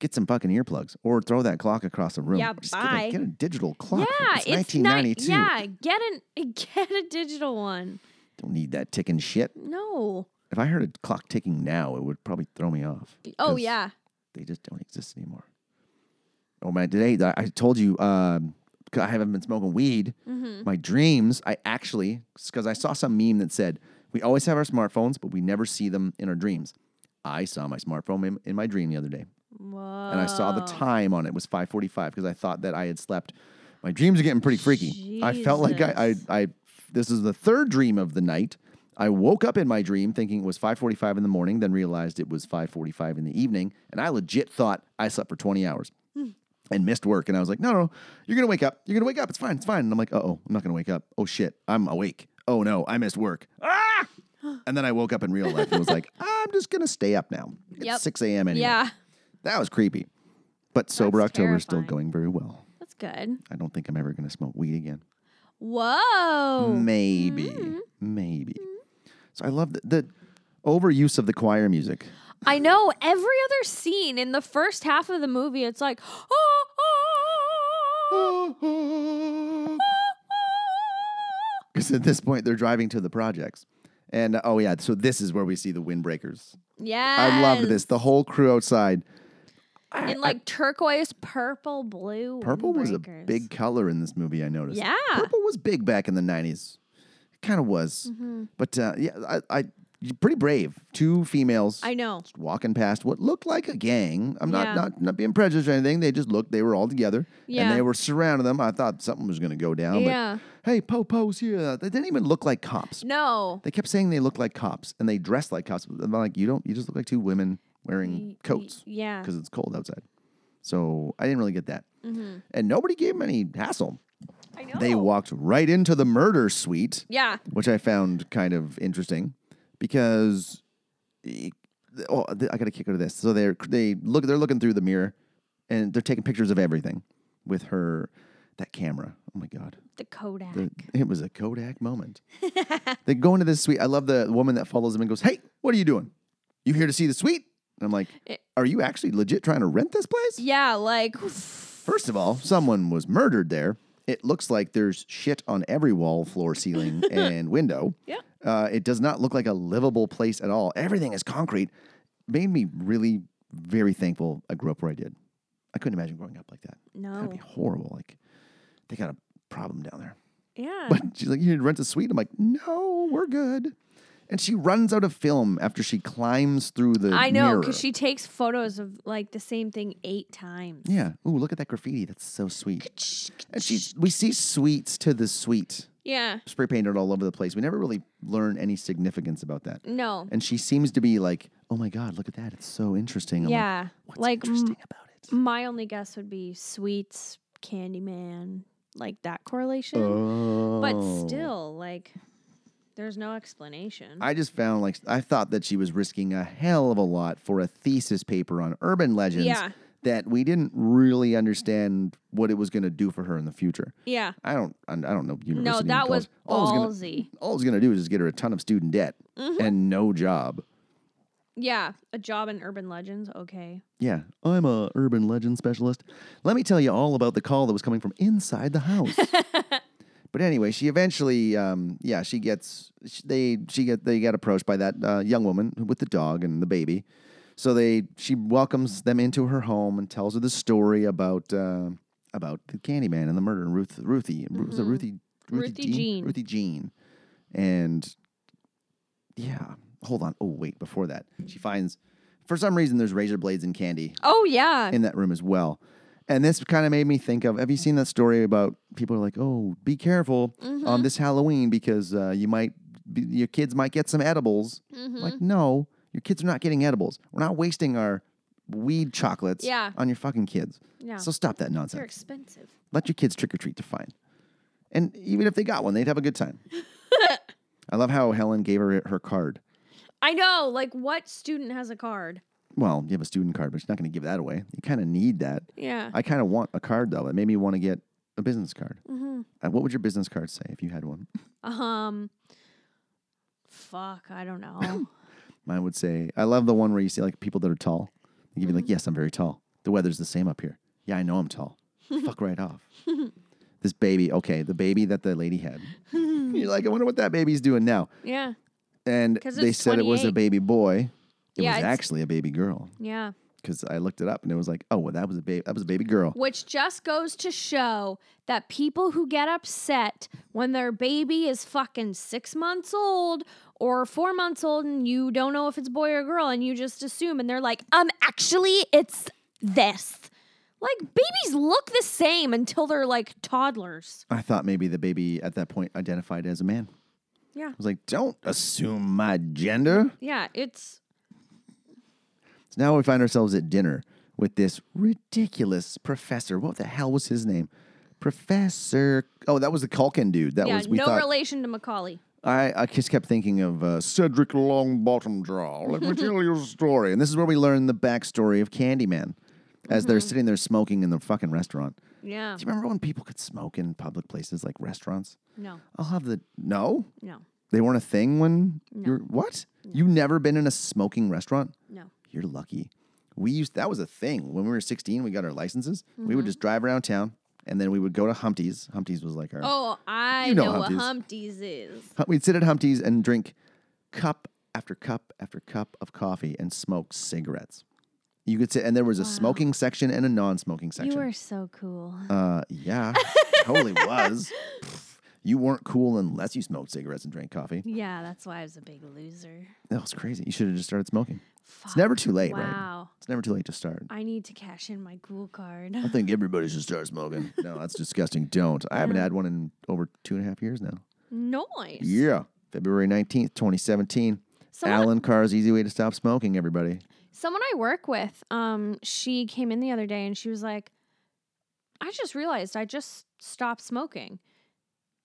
[SPEAKER 1] Get some fucking earplugs, or throw that clock across the room.
[SPEAKER 2] Yeah,
[SPEAKER 1] Just get a-
[SPEAKER 2] bye.
[SPEAKER 1] Get, a, digital clock.
[SPEAKER 2] yeah,
[SPEAKER 1] it's,
[SPEAKER 2] it's not.
[SPEAKER 1] 1992.
[SPEAKER 2] Yeah, get an get a digital one.
[SPEAKER 1] Don't need that ticking shit.
[SPEAKER 2] No.
[SPEAKER 1] If I heard a clock ticking now, it would probably throw me off.
[SPEAKER 2] Oh
[SPEAKER 1] 'cause-
[SPEAKER 2] yeah.
[SPEAKER 1] they just don't exist anymore. Oh man, today I- I told you um, 'cause I haven't been smoking weed. My dreams, I actually because I saw some meme that said we always have our smartphones, but we never see them in our dreams. I saw my smartphone in, in my dream the other day,
[SPEAKER 2] Whoa.
[SPEAKER 1] and I saw the time on it was five forty-five because I thought that I had slept. My dreams are getting pretty freaky. I felt like I, I, I, this is the third dream of the night. I woke up in my dream thinking it was 5:45 in the morning, then realized it was 5:45 in the evening, and I legit thought I slept for 20 hours
[SPEAKER 2] Hmm.
[SPEAKER 1] and missed work. And I was like, no, no, no, you're gonna wake up. You're gonna wake up. It's fine. It's fine. And I'm like, uh oh, I'm not gonna wake up. Oh shit, I'm awake. Oh no, I missed work. Ah! And then I woke up in real life and was like, I'm just gonna stay up now. It's
[SPEAKER 2] Yep.
[SPEAKER 1] 6 a.m. anyway.
[SPEAKER 2] Yeah.
[SPEAKER 1] That was creepy. But sober
[SPEAKER 2] That's
[SPEAKER 1] October is still
[SPEAKER 2] terrifying.
[SPEAKER 1] going very well.
[SPEAKER 2] That's good.
[SPEAKER 1] I don't think I'm ever going to smoke weed again. Mm.
[SPEAKER 2] Whoa.
[SPEAKER 1] Maybe,
[SPEAKER 2] Mm-hmm.
[SPEAKER 1] maybe. So I love the, the overuse of the choir music.
[SPEAKER 2] I know every other scene in the first half of the movie, it's like, ah, oh,
[SPEAKER 1] Because at this point they're driving to the projects, and uh, oh yeah, so this is where we see the windbreakers.
[SPEAKER 2] yeah.
[SPEAKER 1] I loved this. The whole crew outside. I-
[SPEAKER 2] In like turquoise, purple, blue.
[SPEAKER 1] Purple was a
[SPEAKER 2] windbreakers.
[SPEAKER 1] big color in this movie. I noticed.
[SPEAKER 2] Yeah. Mm-hmm.
[SPEAKER 1] purple was big back in the nineties. It kind of was, but uh, yeah, I, I pretty brave. Two females
[SPEAKER 2] I know.
[SPEAKER 1] just walking past what looked like a gang. I'm not
[SPEAKER 2] Yeah.
[SPEAKER 1] not not being prejudiced or anything. They just looked. They were all together,
[SPEAKER 2] Yeah.
[SPEAKER 1] and they were surrounding them. I thought something was going to go down.
[SPEAKER 2] Yeah.
[SPEAKER 1] But hey, Popo's here. They didn't even look like cops.
[SPEAKER 2] No.
[SPEAKER 1] They kept saying they looked like cops and they dressed like cops. I'm like, you don't. You just look like two women wearing coats
[SPEAKER 2] Yeah.
[SPEAKER 1] because it's cold outside. So I didn't really get that. And nobody gave them any hassle.
[SPEAKER 2] Mm-hmm. I know.
[SPEAKER 1] They walked right into the murder suite
[SPEAKER 2] Yeah.
[SPEAKER 1] which I found kind of interesting because e- oh, th- I got a kick out of this. So they're they look they're looking through the mirror and they're taking pictures of everything with her that camera. Oh my god.
[SPEAKER 2] The Kodak.
[SPEAKER 1] The- it was a Kodak moment. they go into this suite. I love the woman that follows them and goes, "Hey, what are you doing? You here to see the suite?" And I'm like,
[SPEAKER 2] It-
[SPEAKER 1] "Are you actually legit trying to rent this place?"
[SPEAKER 2] yeah. Like.
[SPEAKER 1] First of all, someone was murdered there. It looks like there's shit on every wall, floor, ceiling, and window.
[SPEAKER 2] Yeah.
[SPEAKER 1] Uh, it does not look like a livable place at all. Everything is concrete. Made me really very thankful I grew up where I did. I couldn't imagine growing up like that. That'd
[SPEAKER 2] No.
[SPEAKER 1] be horrible. Like they got a problem down there.
[SPEAKER 2] Yeah.
[SPEAKER 1] But she's like, "You need to rent a suite." I'm like, "No, we're good." And she runs out of film after she climbs through the.
[SPEAKER 2] I know
[SPEAKER 1] mirror.
[SPEAKER 2] because she takes photos of like the same thing eight times.
[SPEAKER 1] Yeah. Ooh, look at that graffiti. That's so sweet. And she, we see sweets to the sweet,
[SPEAKER 2] Yeah.
[SPEAKER 1] spray painted all over the place. We never really learn any significance about that.
[SPEAKER 2] No.
[SPEAKER 1] And she seems to be like, "Oh my God, look at that! It's so interesting." I'm like,
[SPEAKER 2] Yeah.
[SPEAKER 1] What's
[SPEAKER 2] Like mm m-
[SPEAKER 1] interesting about it?
[SPEAKER 2] my only guess would be sweets, Candyman, like that correlation.
[SPEAKER 1] Oh.
[SPEAKER 2] But still, like, there's no explanation.
[SPEAKER 1] I just found like I thought that she was risking a hell of a lot for a thesis paper on urban legends
[SPEAKER 2] Yeah.
[SPEAKER 1] that we didn't really understand what it was going to do for her in the future.
[SPEAKER 2] yeah.
[SPEAKER 1] I don't, I don't know. University
[SPEAKER 2] No,
[SPEAKER 1] and
[SPEAKER 2] that was
[SPEAKER 1] college. All it Oh, was gonna-
[SPEAKER 2] ballsy.
[SPEAKER 1] all it was going to do is just get her a ton of student debt
[SPEAKER 2] Mm-hmm.
[SPEAKER 1] and no job.
[SPEAKER 2] Yeah. A job in urban legends. Okay.
[SPEAKER 1] Yeah, I'm a urban legend specialist. Let me tell you all about the call that was coming from inside the house. but anyway, she eventually, um, yeah, she gets sh- they she get they get approached by that uh, young woman with the dog and the baby. So they she welcomes them into her home and tells her the story about uh, about the Candyman and the murder and Ruth Ruthie Ru- was it Ruthie
[SPEAKER 2] Ruthie
[SPEAKER 1] Jean?
[SPEAKER 2] Jean.
[SPEAKER 1] Ruthie Jean and yeah. Hold on. Oh wait, before that, she finds for some reason there's razor blades and candy
[SPEAKER 2] Oh, yeah.
[SPEAKER 1] in that room as well. And this kind of made me think of have you seen that story about people are like, oh, be careful on
[SPEAKER 2] Mm-hmm.
[SPEAKER 1] this Halloween because uh, you might, be, your kids might get some edibles.
[SPEAKER 2] Mm-hmm.
[SPEAKER 1] Like, no, your kids are not getting edibles. We're not wasting our weed chocolates
[SPEAKER 2] Yeah.
[SPEAKER 1] on your fucking kids.
[SPEAKER 2] Yeah.
[SPEAKER 1] So stop that
[SPEAKER 2] They're
[SPEAKER 1] nonsense.
[SPEAKER 2] expensive.
[SPEAKER 1] Let your kids trick or treat to find. And even if they got one, they'd have a good time. I love how Helen gave her her card.
[SPEAKER 2] I know. Like, what student has a card?
[SPEAKER 1] Well, you have a student card, but she's not going to give that away. You kind of need that.
[SPEAKER 2] Yeah.
[SPEAKER 1] I kind of want a card though. It made me want to get a business card. Uh, what would your business card say if you had one?
[SPEAKER 2] Mm-hmm. Um, fuck. I don't know.
[SPEAKER 1] Mine would say, I love the one where you see like people that are tall. They give you like, yes, I'm very tall. The weather's the same up here. Yeah, I know I'm tall. Fuck right off. This baby, okay, the baby that the lady had. You're like, I wonder what that baby's doing now.
[SPEAKER 2] yeah.
[SPEAKER 1] And
[SPEAKER 2] 'Cause
[SPEAKER 1] they
[SPEAKER 2] it's
[SPEAKER 1] said it was a
[SPEAKER 2] 28.
[SPEAKER 1] baby boy. It
[SPEAKER 2] Yeah,
[SPEAKER 1] was
[SPEAKER 2] it's-
[SPEAKER 1] actually a baby girl
[SPEAKER 2] Yeah.
[SPEAKER 1] because I looked it up and it was like, oh, well, that was a baby. That was a baby girl.
[SPEAKER 2] Which just goes to show that people who get upset when their baby is fucking six months old or four months old and you don't know if it's boy or girl and you just assume and they're like, um, actually, it's this. Like, babies look the same until they're like toddlers.
[SPEAKER 1] I thought maybe the baby at that point identified as a man.
[SPEAKER 2] Yeah.
[SPEAKER 1] I was like, don't assume my gender.
[SPEAKER 2] Yeah. It's,
[SPEAKER 1] So now we find ourselves at dinner with this ridiculous professor. What the hell was his name? Professor. Oh, that was the Culkin dude. That
[SPEAKER 2] yeah,
[SPEAKER 1] was we
[SPEAKER 2] no
[SPEAKER 1] thought.
[SPEAKER 2] relation to Macaulay.
[SPEAKER 1] I, I just kept thinking of uh, Cedric Longbottom Draw. Let me tell you a story. And this is where we learn the backstory of Candyman as they're sitting there smoking in the fucking restaurant.
[SPEAKER 2] Yeah.
[SPEAKER 1] Do you remember when people could smoke in public places like restaurants?
[SPEAKER 2] No,
[SPEAKER 1] I'll have the. No?
[SPEAKER 2] no,
[SPEAKER 1] They weren't a thing when you're. What? You've never been in a smoking restaurant?
[SPEAKER 2] no.
[SPEAKER 1] You're lucky. We used that was a thing when we were 16. We got our licenses. We would just drive around town, and then we would go to Humpty's. Humpty's was like our.
[SPEAKER 2] Oh, I
[SPEAKER 1] You know
[SPEAKER 2] know, what
[SPEAKER 1] Humpty's.
[SPEAKER 2] Humpty's is.
[SPEAKER 1] Hu- We'd sit at Humpty's and drink cup after cup after cup of coffee and smoke cigarettes. You could sit, and there was a smoking section and a non-smoking section.
[SPEAKER 2] You are so cool.
[SPEAKER 1] Uh, yeah, totally was. Pff, You weren't cool unless you smoked cigarettes and drank coffee.
[SPEAKER 2] Yeah, that's why I was a big loser.
[SPEAKER 1] That was crazy. You should have just started smoking.
[SPEAKER 2] Fuck.
[SPEAKER 1] It's never too late, right?
[SPEAKER 2] Wow.
[SPEAKER 1] It's never too late to start.
[SPEAKER 2] I need to cash in my ghoul card.
[SPEAKER 1] I think everybody should start smoking. No, that's disgusting. Don't. I haven't had one in over two and a half years now.
[SPEAKER 2] Noise.
[SPEAKER 1] Yeah. February 19th, 2017.
[SPEAKER 2] Someone-
[SPEAKER 1] Alan Carr's Easy Way to Stop Smoking, everybody.
[SPEAKER 2] Someone I work with, um, she came in the other day and she was like, I just realized I just stopped smoking.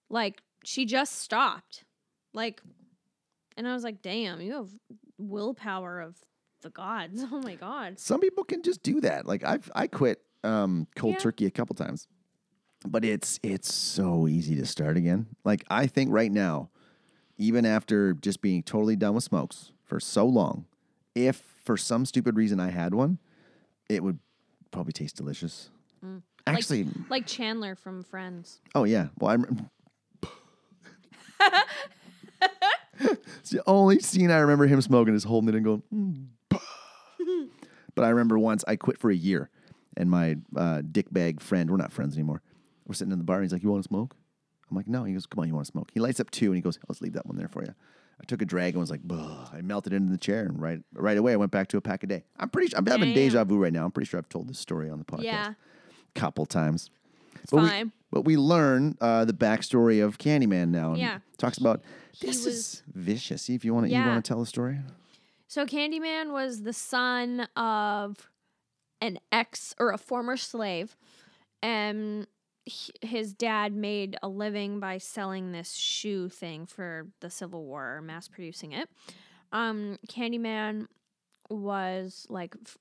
[SPEAKER 2] Like, she just stopped. Like, and I was like, damn, you have willpower of the gods. Oh my God.
[SPEAKER 1] Some people can just do that. Like I've I quit um, cold
[SPEAKER 2] Yeah.
[SPEAKER 1] turkey a couple times. But it's it's so easy to start again. Like I think right now, even after just being totally done with smokes for so long, if for some stupid reason I had one, it would probably taste delicious. Actually,
[SPEAKER 2] Mm. Like Chandler from Friends.
[SPEAKER 1] Oh yeah. Well, I'm. it's the only scene I remember him smoking is holding it and going. "Mm." but I remember once I quit for a year, and my uh, dick bag friend, we're not friends anymore. We're sitting in the bar, and he's like, "You want to smoke?" I'm like, "No." He goes, "Come on, you want to smoke?" He lights up two, and he goes, "Let's leave that one there for you." I took a drag and was like, "Bah!" I melted into the chair, and right right away I went back to a pack a day. I'm pretty. sure I'm having
[SPEAKER 2] Damn.
[SPEAKER 1] deja vu right now. I'm pretty sure I've told this story on the podcast
[SPEAKER 2] Yeah.
[SPEAKER 1] couple times. It's
[SPEAKER 2] fine.
[SPEAKER 1] We, but we learn uh, the backstory of Candyman now. And
[SPEAKER 2] Yeah.
[SPEAKER 1] Talks about this
[SPEAKER 2] was-
[SPEAKER 1] is vicious. See if you want to you
[SPEAKER 2] Yeah.
[SPEAKER 1] want to tell a story.
[SPEAKER 2] So Candyman was the son of an ex or a former slave, and h- his dad made a living by selling this shoe thing for the Civil War, mass producing it. Um, Candyman was like f-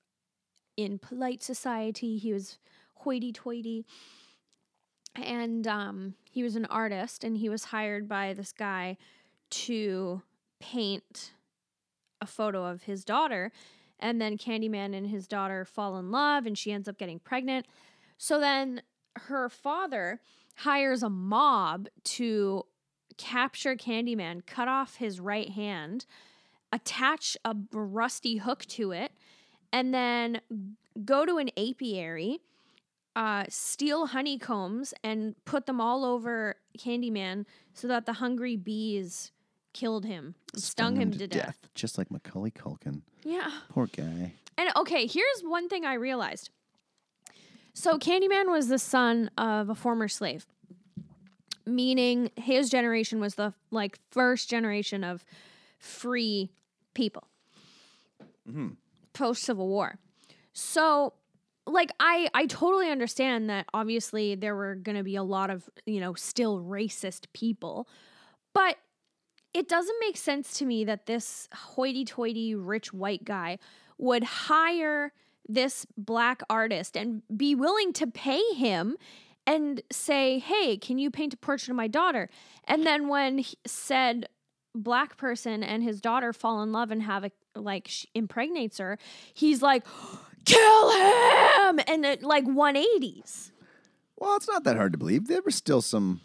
[SPEAKER 2] in polite society. He was hoity-toity, and um, he was an artist, and he was hired by this guy to paint a photo of his daughter. And then Candyman and his daughter fall in love and she ends up getting pregnant. So then her father hires a mob to capture Candyman, cut off his right hand, attach a b- rusty hook to it, and then go to an apiary, uh, steal honeycombs, and put them all over Candyman so that the hungry bees killed him, stung, him, to death.
[SPEAKER 1] just like Macaulay Culkin.
[SPEAKER 2] Yeah.
[SPEAKER 1] Poor guy.
[SPEAKER 2] And okay, here's one thing I realized. So Candyman was the son of a former slave, meaning his generation was the like first generation of free people post Civil War. So like I I totally understand that obviously there were going to be a lot of, you know, still racist people. But it doesn't make sense to me that this hoity-toity rich white guy would hire this black artist and be willing to pay him and say, "Hey, can you paint a portrait of my daughter?" And then when he said black person and his daughter fall in love and have a like sh- impregnates her, he's like, "Kill him!" and it, like 180s.
[SPEAKER 1] Well, it's not that hard to believe. There was still some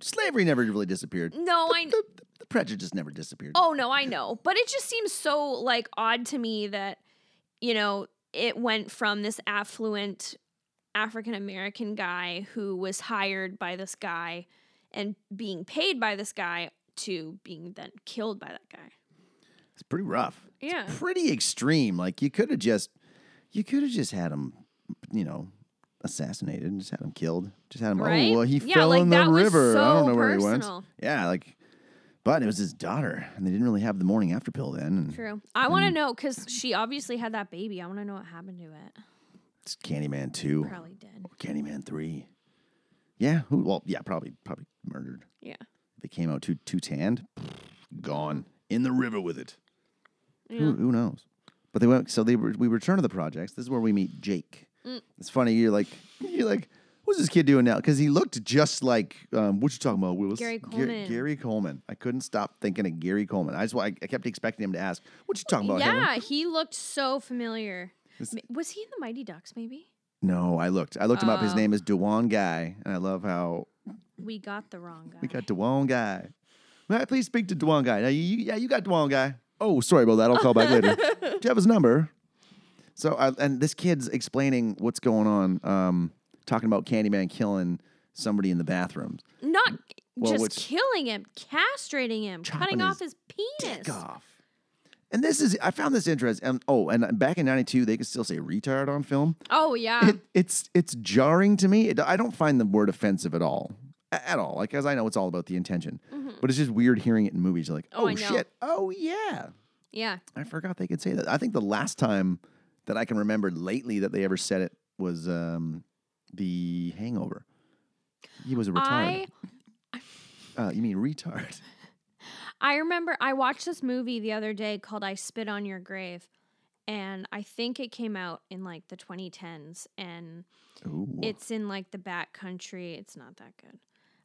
[SPEAKER 1] slavery never really disappeared.
[SPEAKER 2] No,
[SPEAKER 1] the,
[SPEAKER 2] I
[SPEAKER 1] the, the prejudice never disappeared.
[SPEAKER 2] Oh no, I know. But it just seems so like odd to me that you know, it went from this affluent African American guy who was hired by this guy and being paid by this guy to being then killed by that guy.
[SPEAKER 1] It's pretty rough. It's
[SPEAKER 2] Yeah.
[SPEAKER 1] pretty extreme. Like you could have just, you could have just had him, you know, assassinated and just had him killed. Just had him.
[SPEAKER 2] Right?
[SPEAKER 1] Oh well, he
[SPEAKER 2] Yeah,
[SPEAKER 1] fell
[SPEAKER 2] like,
[SPEAKER 1] in the
[SPEAKER 2] that was
[SPEAKER 1] river. I don't
[SPEAKER 2] so
[SPEAKER 1] know where he
[SPEAKER 2] personal.
[SPEAKER 1] went. Yeah, like, but it was his daughter, and they didn't really have the morning after pill then. And
[SPEAKER 2] True. I want to know cuz she obviously had that baby. I want to know what happened to it.
[SPEAKER 1] It's Candyman two,
[SPEAKER 2] Probably dead.
[SPEAKER 1] Candyman three. Yeah. Who, well, yeah, probably probably murdered.
[SPEAKER 2] Yeah.
[SPEAKER 1] If it came out too too tanned, gone in the river with it.
[SPEAKER 2] Yeah.
[SPEAKER 1] Who, who knows? But they went. So they were, we return to the projects. This is where we meet Jake.
[SPEAKER 2] Mm.
[SPEAKER 1] It's funny. You're like you're like, what's this kid doing now? Because he looked just like um, what you talking about, Willis?
[SPEAKER 2] Gary
[SPEAKER 1] Gar-
[SPEAKER 2] Coleman.
[SPEAKER 1] Gary Coleman. I couldn't stop thinking of Gary Coleman. I just I, I kept expecting him to ask, what you talking about? Helen?"
[SPEAKER 2] Yeah, he looked so familiar.
[SPEAKER 1] This-
[SPEAKER 2] Ma- Was he in the Mighty Ducks maybe?
[SPEAKER 1] No, I looked. I looked him up. His name is Dewan Guy, and I love how
[SPEAKER 2] We got the wrong guy.
[SPEAKER 1] we got Dewan Guy. May I please speak to Dewan Guy? Now, you, you- yeah, you got Dewan Guy. Oh, sorry about that. I'll call back later. Do you have his number? So, I, and this kid's explaining what's going on, um, talking about Candyman killing somebody in the bathroom.
[SPEAKER 2] Not
[SPEAKER 1] Well,
[SPEAKER 2] just
[SPEAKER 1] which-
[SPEAKER 2] killing him, castrating him,
[SPEAKER 1] Chopping
[SPEAKER 2] cutting off
[SPEAKER 1] his
[SPEAKER 2] his penis.
[SPEAKER 1] Dick off. And this is I found this interesting. And oh, and back in '92, they could still say retard on film.
[SPEAKER 2] Oh yeah.
[SPEAKER 1] It, it's it's jarring to me. It, I don't find the word offensive at all, A- at all. Like as I know, it's all about the intention. But it's just weird hearing it in movies. You're like,
[SPEAKER 2] Mm-hmm. Oh,
[SPEAKER 1] oh,
[SPEAKER 2] I know.
[SPEAKER 1] shit, oh yeah.
[SPEAKER 2] yeah.
[SPEAKER 1] I forgot they could say that. I think the last time that I can remember lately that they ever said it was um, the Hangover. He was a retard.
[SPEAKER 2] I
[SPEAKER 1] Uh, you mean retard?
[SPEAKER 2] I remember I watched this movie the other day called I Spit on Your Grave and I think it came out in like the 2010s and
[SPEAKER 1] Ooh.
[SPEAKER 2] it's in like the back country. It's not that good.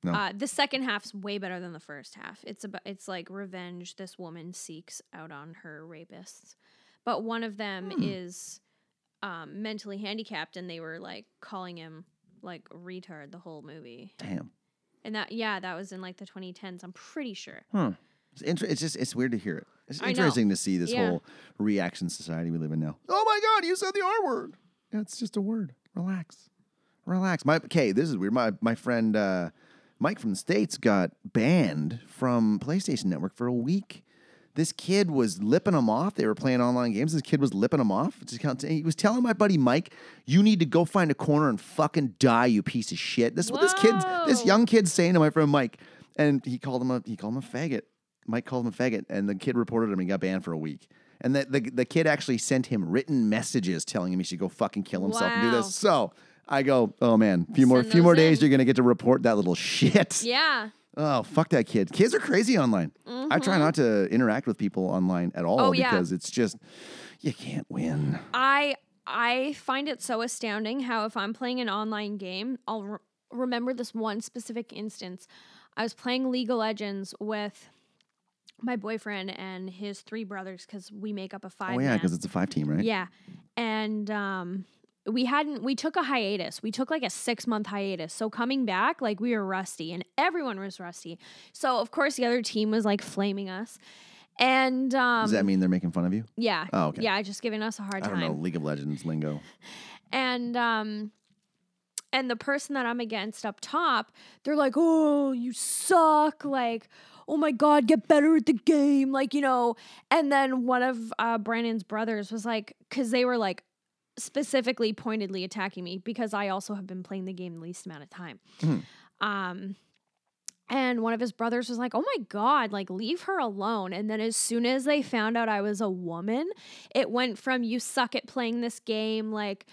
[SPEAKER 1] No.
[SPEAKER 2] Uh, the second half's way better than the first half. It's about it's like revenge this woman seeks out on her rapists. But one of them
[SPEAKER 1] Hmm.
[SPEAKER 2] is um, mentally handicapped and they were like calling him like a retard the whole movie.
[SPEAKER 1] Damn.
[SPEAKER 2] And that yeah, that was in like the 2010s, I'm pretty sure.
[SPEAKER 1] Huh. It's, inter- it's just it's weird to hear it. It's
[SPEAKER 2] I know.
[SPEAKER 1] interesting to see this
[SPEAKER 2] Yeah.
[SPEAKER 1] whole reaction society we live in now. Oh my god, you said the R word. Yeah, it's just a word. Relax. Relax. My okay, this is weird. My my friend uh, Mike from the States got banned from PlayStation Network for a week. This kid was lipping him off. They were playing online games. This kid was lipping him off. It's just kind of- He was telling my buddy Mike, "You need to go find a corner and fucking die, you piece of shit." This is what this kid, this
[SPEAKER 2] Whoa.
[SPEAKER 1] young kid, saying to my friend Mike, and he called him a he called him a faggot. Mike called him a faggot, and the kid reported him and got banned for a week. And the, the, the kid actually sent him written messages telling him he should go fucking kill himself and do
[SPEAKER 2] Wow.
[SPEAKER 1] this. So I go, oh man, few more
[SPEAKER 2] Send
[SPEAKER 1] few more
[SPEAKER 2] those
[SPEAKER 1] days,
[SPEAKER 2] in.
[SPEAKER 1] you're gonna get to report that little shit.
[SPEAKER 2] Yeah.
[SPEAKER 1] Oh fuck that kid. Kids are crazy online. I try not to interact with people online at all
[SPEAKER 2] Mm-hmm. Oh, yeah.
[SPEAKER 1] because it's just you can't win.
[SPEAKER 2] I I find it so astounding how if I'm playing an online game, I'll re- remember this one specific instance. I was playing League of Legends with my boyfriend and his three brothers because we make up a five.
[SPEAKER 1] oh yeah,
[SPEAKER 2] man.
[SPEAKER 1] because it's a five team, right?
[SPEAKER 2] Yeah. And um we hadn't we took a hiatus. We took like a 6 month hiatus. So coming back like we were rusty and everyone was rusty. So of course the other team was like flaming us. And um
[SPEAKER 1] Does that mean they're making fun of you?
[SPEAKER 2] yeah.
[SPEAKER 1] Oh, okay.
[SPEAKER 2] Yeah, just giving us a hard
[SPEAKER 1] I
[SPEAKER 2] time
[SPEAKER 1] don't know, League of Legends lingo.
[SPEAKER 2] and um and the person that I'm against up top, they're like, "Oh, you suck!" Like, "Oh my god, get better at the game!" Like, you know. And then one of uh, Brandon's brothers was like, because they were like specifically pointedly attacking me because I also have been playing the game the least amount of time.
[SPEAKER 1] Mhm.
[SPEAKER 2] Um, and one of his brothers was like, "Oh my god, like leave her alone." And then as soon as they found out I was a woman, it went from "You suck at playing this game," like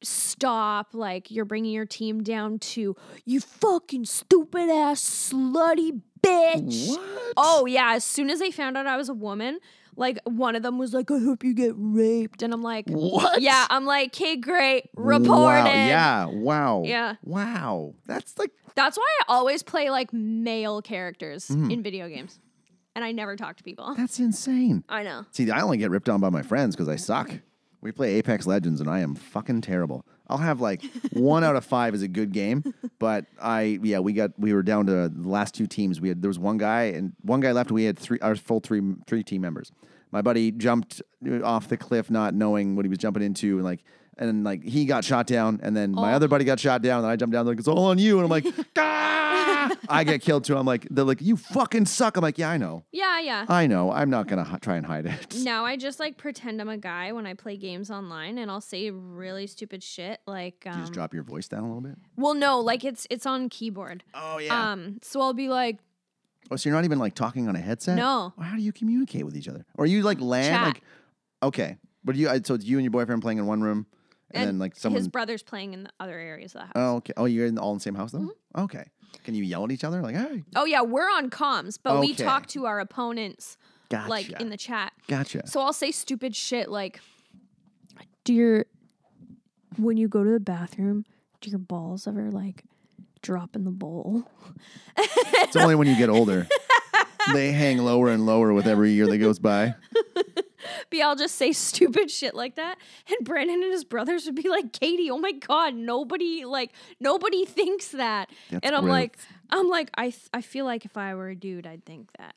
[SPEAKER 2] stop like you're bringing your team down to you fucking stupid ass slutty bitch
[SPEAKER 1] What?
[SPEAKER 2] oh yeah as soon as they found out i was a woman like one of them was like i hope you get raped and i'm like
[SPEAKER 1] What?
[SPEAKER 2] yeah i'm like okay great reported
[SPEAKER 1] Wow. Yeah. Wow.
[SPEAKER 2] Yeah.
[SPEAKER 1] Wow. That's like
[SPEAKER 2] that's why i always play like male characters
[SPEAKER 1] Mhm.
[SPEAKER 2] in video games and i never talk to people
[SPEAKER 1] that's insane.
[SPEAKER 2] i know
[SPEAKER 1] See, I only get ripped on by my friends because I suck. We play Apex Legends and I am fucking terrible. I'll have like one out of five is a good game, but I yeah we got we were down to the last two teams. We had there was one guy and one guy left. We had three our full three three team members. My buddy jumped off the cliff not knowing what he was jumping into and like and like he got shot down and then my
[SPEAKER 2] Oh.
[SPEAKER 1] other buddy got shot down and I jumped down like it's all on you and I'm like ah! I get killed too. I'm like they're like you fucking suck. I'm like yeah I know
[SPEAKER 2] yeah yeah
[SPEAKER 1] I know I'm not gonna h- try and hide it.
[SPEAKER 2] Now I just like pretend I'm a guy when I play games online, and I'll say really stupid shit. Like,
[SPEAKER 1] you just
[SPEAKER 2] um,
[SPEAKER 1] drop your voice down a little bit?
[SPEAKER 2] well, no, like it's it's on keyboard.
[SPEAKER 1] Oh
[SPEAKER 2] Um, so I'll be like,
[SPEAKER 1] oh, so you're not even like talking on a headset?
[SPEAKER 2] No.
[SPEAKER 1] Well, how do you communicate with each other? Or you like land
[SPEAKER 2] Chat.
[SPEAKER 1] like okay, but you I- so it's you and your boyfriend playing in one room, and,
[SPEAKER 2] And
[SPEAKER 1] then like someone.
[SPEAKER 2] his brother's playing in the other areas of the house.
[SPEAKER 1] oh okay. Oh, you're in all in the same house then?
[SPEAKER 2] Mm-hmm.
[SPEAKER 1] Okay. Can you yell at each other like hey?
[SPEAKER 2] oh yeah, we're on comms, but we
[SPEAKER 1] Okay.
[SPEAKER 2] talk to our opponents
[SPEAKER 1] Gotcha.
[SPEAKER 2] like in the chat.
[SPEAKER 1] gotcha.
[SPEAKER 2] So I'll say stupid shit like, "Do your when you go to the bathroom, do your balls ever like drop in the bowl?"
[SPEAKER 1] It's only when you get older. they hang lower and lower with every year that goes by.
[SPEAKER 2] be all just say stupid shit like that. And Brandon and his brothers would be like, Katie, oh my God, nobody like nobody thinks that.
[SPEAKER 1] That's
[SPEAKER 2] and I'm
[SPEAKER 1] gross.
[SPEAKER 2] like, I'm like, I th- I feel like if I were a dude, I'd think that.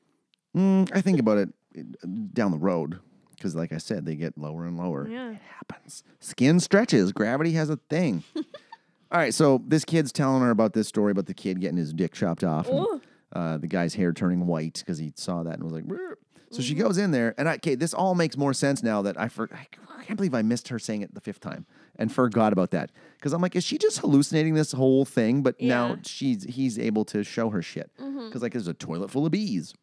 [SPEAKER 1] Mm, I think about it uh, down the road because, like I said, they get lower and lower.
[SPEAKER 2] Yeah.
[SPEAKER 1] It happens. Skin stretches. Gravity has a thing. All right, so this kid's telling her about this story about the kid getting his dick chopped off, and,
[SPEAKER 2] Ooh.
[SPEAKER 1] uh, the guy's hair turning white because he saw that and was like. "Brr." So
[SPEAKER 2] Mm-hmm.
[SPEAKER 1] she goes in there, and I, okay, this all makes more sense now that I for, I can't believe I missed her saying it the fifth time and forgot about that because I'm like, is she just hallucinating this whole thing? But now
[SPEAKER 2] Yeah. Mm-hmm.
[SPEAKER 1] she's he's able to show her shit because like there's a toilet full of bees.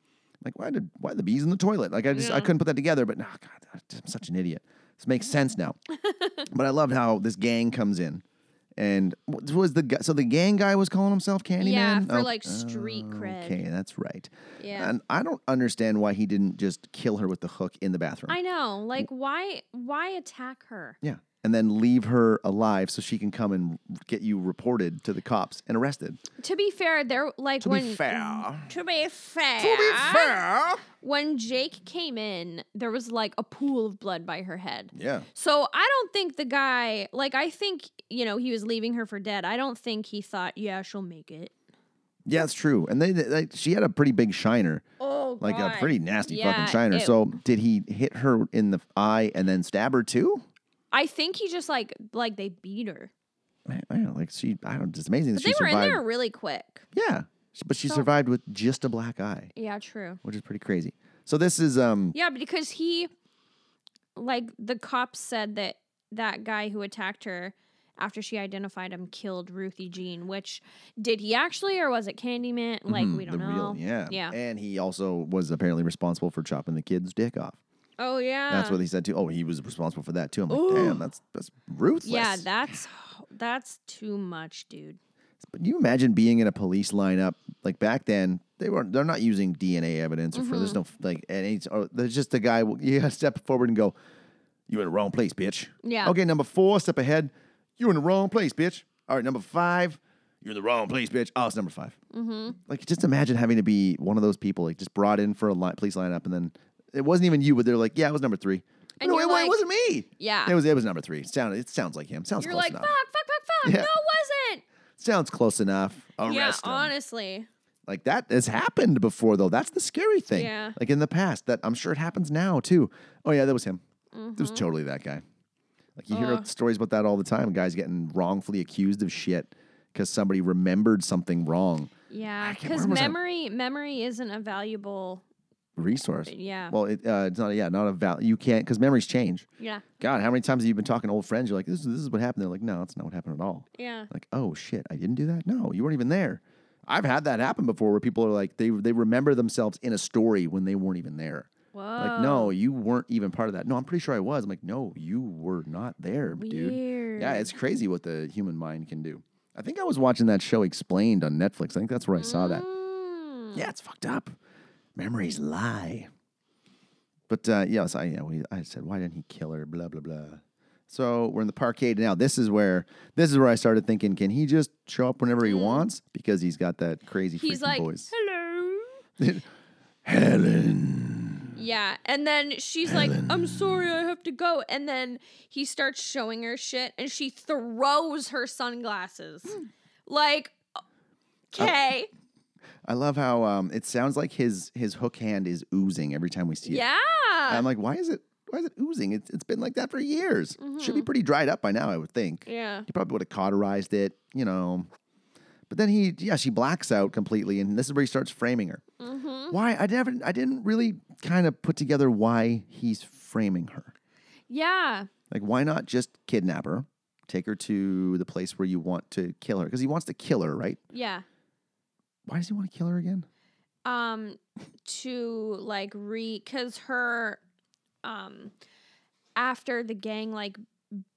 [SPEAKER 1] Like why did why the bees in the toilet? Like I just I
[SPEAKER 2] Yeah.
[SPEAKER 1] couldn't put that together. But no, God, I'm such an idiot. This makes sense now. but I loved how this gang comes in, and what was the guy? So the gang guy was calling himself Candyman.
[SPEAKER 2] Yeah, for,
[SPEAKER 1] Oh,
[SPEAKER 2] like, street cred.
[SPEAKER 1] Okay, that's right.
[SPEAKER 2] Yeah.
[SPEAKER 1] and I don't understand why he didn't just kill her with the hook in the bathroom.
[SPEAKER 2] I know. Like, why? Why attack her?
[SPEAKER 1] yeah, and then leave her alive so she can come and get you reported to the cops and arrested.
[SPEAKER 2] To be fair, they're like
[SPEAKER 1] To
[SPEAKER 2] when.
[SPEAKER 1] be fair.
[SPEAKER 2] To be fair.
[SPEAKER 1] fair.
[SPEAKER 2] When Jake came in, there was like a pool of blood by her head.
[SPEAKER 1] Yeah.
[SPEAKER 2] So I don't think the guy, like, I think you know he was leaving her for dead. I don't think he thought, yeah, she'll make it.
[SPEAKER 1] Yeah, it's true. And they, they, they- she had a pretty big shiner,
[SPEAKER 2] Oh,
[SPEAKER 1] like a pretty nasty
[SPEAKER 2] Yeah,
[SPEAKER 1] fucking shiner.
[SPEAKER 2] it-
[SPEAKER 1] So did he hit her in the eye and then stab her too?
[SPEAKER 2] I think he just like like they beat her,
[SPEAKER 1] Man, I don't, like she, I don't. It's amazing that
[SPEAKER 2] but
[SPEAKER 1] she
[SPEAKER 2] they were
[SPEAKER 1] survived.
[SPEAKER 2] in there really quick.
[SPEAKER 1] Yeah, Sh- but she
[SPEAKER 2] So-
[SPEAKER 1] survived with just a black eye,
[SPEAKER 2] Yeah, true.
[SPEAKER 1] which is pretty crazy. So this is um
[SPEAKER 2] Yeah, because he, like, the cops said that that guy who attacked her after she identified him killed Ruthie Jean. Which did he actually, or was it Candyman? Like,
[SPEAKER 1] mhm,
[SPEAKER 2] we don't
[SPEAKER 1] the
[SPEAKER 2] know.
[SPEAKER 1] real yeah
[SPEAKER 2] Yeah.
[SPEAKER 1] and he also was apparently responsible for chopping the kid's dick off.
[SPEAKER 2] Oh yeah.
[SPEAKER 1] That's what he said too. Oh, he was responsible for that too. I'm like,
[SPEAKER 2] Ooh.
[SPEAKER 1] damn, that's that's ruthless.
[SPEAKER 2] yeah, that's that's too much, dude.
[SPEAKER 1] But you imagine being in a police lineup like back then? They weren't. They're not using DNA evidence or for there's no
[SPEAKER 2] Mm-hmm.
[SPEAKER 1] like and it's or there's just the guy. You gotta step forward and go. You're in the wrong place, bitch.
[SPEAKER 2] Yeah.
[SPEAKER 1] Okay, number four, step ahead. You're in the wrong place, bitch. All right, number five. You're in the wrong place, bitch. Oh, it's number 5 Mm-hmm. Like, just imagine having to be one of those people, like just brought in for a li- police lineup, and then it wasn't even you, but they're like, yeah, it was number three.
[SPEAKER 2] And
[SPEAKER 1] no,
[SPEAKER 2] you're
[SPEAKER 1] it, wa- it
[SPEAKER 2] like-
[SPEAKER 1] wasn't me.
[SPEAKER 2] Yeah.
[SPEAKER 1] It was. It was number three. It sounded. It sounds like him. Sounds
[SPEAKER 2] You're
[SPEAKER 1] close
[SPEAKER 2] like,
[SPEAKER 1] enough.
[SPEAKER 2] fuck, fuck, fuck, fuck.
[SPEAKER 1] Yeah.
[SPEAKER 2] No, it wasn't.
[SPEAKER 1] Sounds close enough. Arrest
[SPEAKER 2] yeah,
[SPEAKER 1] him.
[SPEAKER 2] honestly.
[SPEAKER 1] Like that has happened before, though. That's the scary thing.
[SPEAKER 2] Yeah.
[SPEAKER 1] Like in the past, that I'm sure it happens now too. Oh yeah, that was him. It was totally that guy. Like you hear
[SPEAKER 2] Mm-hmm. Ugh.
[SPEAKER 1] stories about that all the time. Guys getting wrongfully accused of shit because somebody remembered something wrong.
[SPEAKER 2] Yeah,
[SPEAKER 1] can't-
[SPEAKER 2] because
[SPEAKER 1] where was I?
[SPEAKER 2] memory memory isn't a valuable.
[SPEAKER 1] Resource.
[SPEAKER 2] Yeah.
[SPEAKER 1] Well, it, uh, it's not. Yeah, not a val. You can't because memories change.
[SPEAKER 2] yeah.
[SPEAKER 1] God, how many times have you been talking to old friends? You're like, this, is- this is what happened. They're like, no, that's not what happened at all.
[SPEAKER 2] Yeah.
[SPEAKER 1] Like, oh shit, I didn't do that. No, you weren't even there. I've had that happen before where people are like, they they remember themselves in a story when they weren't even there.
[SPEAKER 2] Whoa.
[SPEAKER 1] Like, no, you weren't even part of that. No, I'm pretty sure I was. I'm like, no, you were not there, dude.
[SPEAKER 2] Weird.
[SPEAKER 1] Yeah, it's crazy what the human mind can do. I think I was watching that show Explained on Netflix. I think that's where I saw that.
[SPEAKER 2] Mm.
[SPEAKER 1] Yeah, it's fucked up. Memories lie. But uh, yes, I, yeah, we, I said, why didn't he kill her? Blah blah blah. So we're in the parkade now. This is where this is where I started thinking, can he just show up whenever he wants because he's got that crazy
[SPEAKER 2] Mm. He's
[SPEAKER 1] freaking
[SPEAKER 2] like,
[SPEAKER 1] voice.
[SPEAKER 2] hello.
[SPEAKER 1] Helen.
[SPEAKER 2] Yeah. And then she's like, I'm sorry, I have to go. And then he starts showing her shit and she throws her sunglasses.
[SPEAKER 1] Mm.
[SPEAKER 2] Like,
[SPEAKER 1] Oh,
[SPEAKER 2] okay.
[SPEAKER 1] I love how um, it sounds like his his hook hand is oozing every time we see it.
[SPEAKER 2] yeah.
[SPEAKER 1] I'm like, why is it why is it oozing? It's it's been like that for years. Should be pretty dried up by now, I would think.
[SPEAKER 2] Mm-hmm. yeah.
[SPEAKER 1] He probably would have cauterized it, you know. But then he, yeah, she blacks out completely, and this is where he starts framing her.
[SPEAKER 2] Mm.
[SPEAKER 1] Why? I never, I didn't really kind of put together why he's framing her.
[SPEAKER 2] Yeah.
[SPEAKER 1] Like, why not just kidnap her, take her to the place where you want to kill her? Because he wants to kill her, right?
[SPEAKER 2] Yeah.
[SPEAKER 1] Why does he want to kill her again?
[SPEAKER 2] um to like re cuz her um after the gang like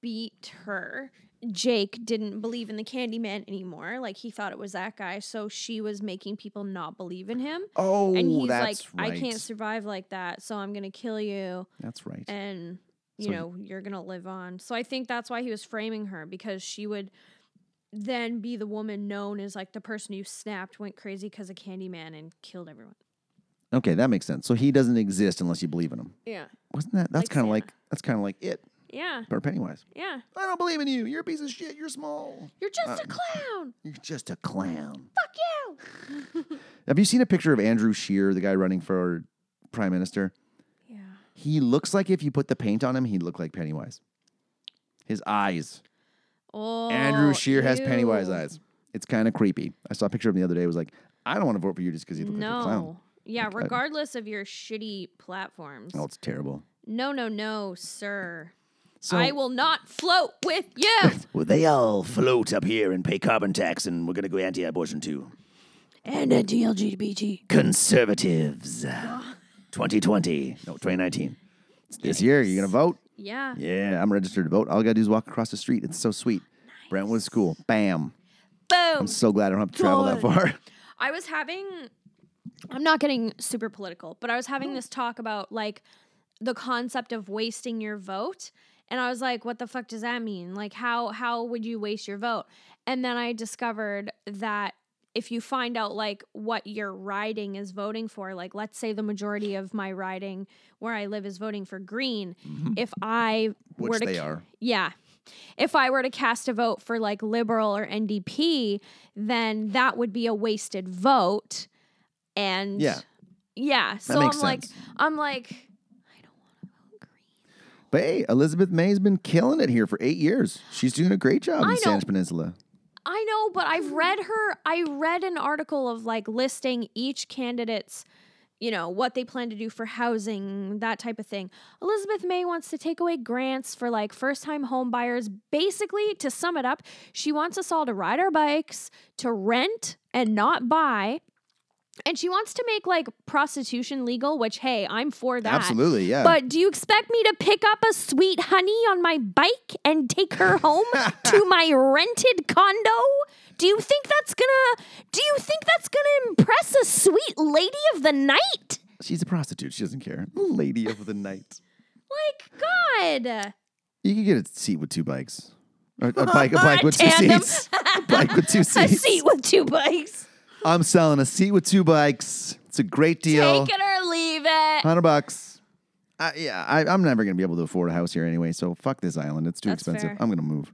[SPEAKER 2] beat her Jake didn't believe in the Candyman anymore like he thought it was that guy so she was making people not believe in him
[SPEAKER 1] Oh,
[SPEAKER 2] and he's like
[SPEAKER 1] that's right.
[SPEAKER 2] I can't survive like that so I'm going to kill you
[SPEAKER 1] That's right.
[SPEAKER 2] and you
[SPEAKER 1] So he-
[SPEAKER 2] know you're going to live on so I think that's why he was framing her because she would then be the woman known as like the person who snapped went crazy cuz of Candyman and killed everyone
[SPEAKER 1] okay, that makes sense. So he doesn't exist unless you believe in him.
[SPEAKER 2] yeah
[SPEAKER 1] Wasn't that? That's
[SPEAKER 2] Like
[SPEAKER 1] kind of
[SPEAKER 2] Santa.
[SPEAKER 1] like that's kind of like it
[SPEAKER 2] Yeah,
[SPEAKER 1] or Pennywise.
[SPEAKER 2] yeah.
[SPEAKER 1] I don't believe in you. You're a piece of shit. You're small.
[SPEAKER 2] You're just
[SPEAKER 1] Uh,
[SPEAKER 2] a clown.
[SPEAKER 1] You're just a clown.
[SPEAKER 2] Fuck you.
[SPEAKER 1] Have you seen a picture of Andrew Scheer, the guy running for prime minister?
[SPEAKER 2] Yeah.
[SPEAKER 1] He looks like if you put the paint on him, he'd look like Pennywise. His eyes.
[SPEAKER 2] Oh,
[SPEAKER 1] Andrew Shear has Pennywise
[SPEAKER 2] ew.
[SPEAKER 1] eyes. It's kind of creepy. I saw a picture of him the other day. It was like, I don't want to vote for you just because you look like a clown.
[SPEAKER 2] No. Yeah,
[SPEAKER 1] Like, I-
[SPEAKER 2] regardless of your shitty platforms.
[SPEAKER 1] Oh, it's terrible.
[SPEAKER 2] No, no, no, sir.
[SPEAKER 1] So
[SPEAKER 2] I will not float with you.
[SPEAKER 1] Well, they all float up here and pay carbon tax, and we're going to go anti-abortion too.
[SPEAKER 2] and a DLGBT.
[SPEAKER 1] Conservatives, 2020, no, 2019. It's this year. You're going to vote?
[SPEAKER 2] Yeah.
[SPEAKER 1] Yeah, I'm registered to vote. All I got to do is walk across the street. It's so sweet. Brentwood School. Bam.
[SPEAKER 2] Boom.
[SPEAKER 1] I'm so glad I don't have to travel that far.
[SPEAKER 2] I was having I'm not getting super political, but I was having this talk about like the concept of wasting your vote and I was like what the fuck does that mean? Like how how would you waste your vote? And then I discovered that if you find out like what your riding is voting for, like let's say the majority of my riding where I live is voting for green, if I were
[SPEAKER 1] Which
[SPEAKER 2] to
[SPEAKER 1] they
[SPEAKER 2] ca-
[SPEAKER 1] are.
[SPEAKER 2] yeah. If I were to cast a vote for like liberal or NDP, then that would be a wasted vote. And
[SPEAKER 1] Yeah.
[SPEAKER 2] yeah. So
[SPEAKER 1] makes
[SPEAKER 2] I'm like,
[SPEAKER 1] sense.
[SPEAKER 2] I'm like,
[SPEAKER 1] But hey, Elizabeth May's been killing it here for eight years. She's doing a great job
[SPEAKER 2] I
[SPEAKER 1] in
[SPEAKER 2] know.
[SPEAKER 1] Sandwich Peninsula.
[SPEAKER 2] I know, but I've read her, I read an article of like listing each candidate's, you know, what they plan to do for housing, that type of thing. Elizabeth May wants to take away grants for like first time home buyers. Basically, to sum it up, she wants us all to ride our bikes, to rent and not buy. And she wants to make like prostitution legal, which, hey, I'm for that.
[SPEAKER 1] Absolutely, yeah.
[SPEAKER 2] But do you expect me to pick up a sweet honey on my bike and take her home to my rented condo? Do you think that's gonna do you think that's gonna impress a sweet lady of the night?
[SPEAKER 1] She's a prostitute. She doesn't care. Lady of the night.
[SPEAKER 2] Like God.
[SPEAKER 1] You could get a seat with two bikes. Or a bike, a bike with two
[SPEAKER 2] Tandem.
[SPEAKER 1] seats. A bike with two
[SPEAKER 2] A
[SPEAKER 1] seats.
[SPEAKER 2] seat with two bikes.
[SPEAKER 1] I'm selling a seat with two bikes. It's a great deal.
[SPEAKER 2] Take it or leave it.
[SPEAKER 1] Hundred bucks. I, yeah, I, I'm never gonna be able to afford a house here anyway. So fuck this island. It's too
[SPEAKER 2] That's
[SPEAKER 1] expensive.
[SPEAKER 2] fair.
[SPEAKER 1] I'm gonna move.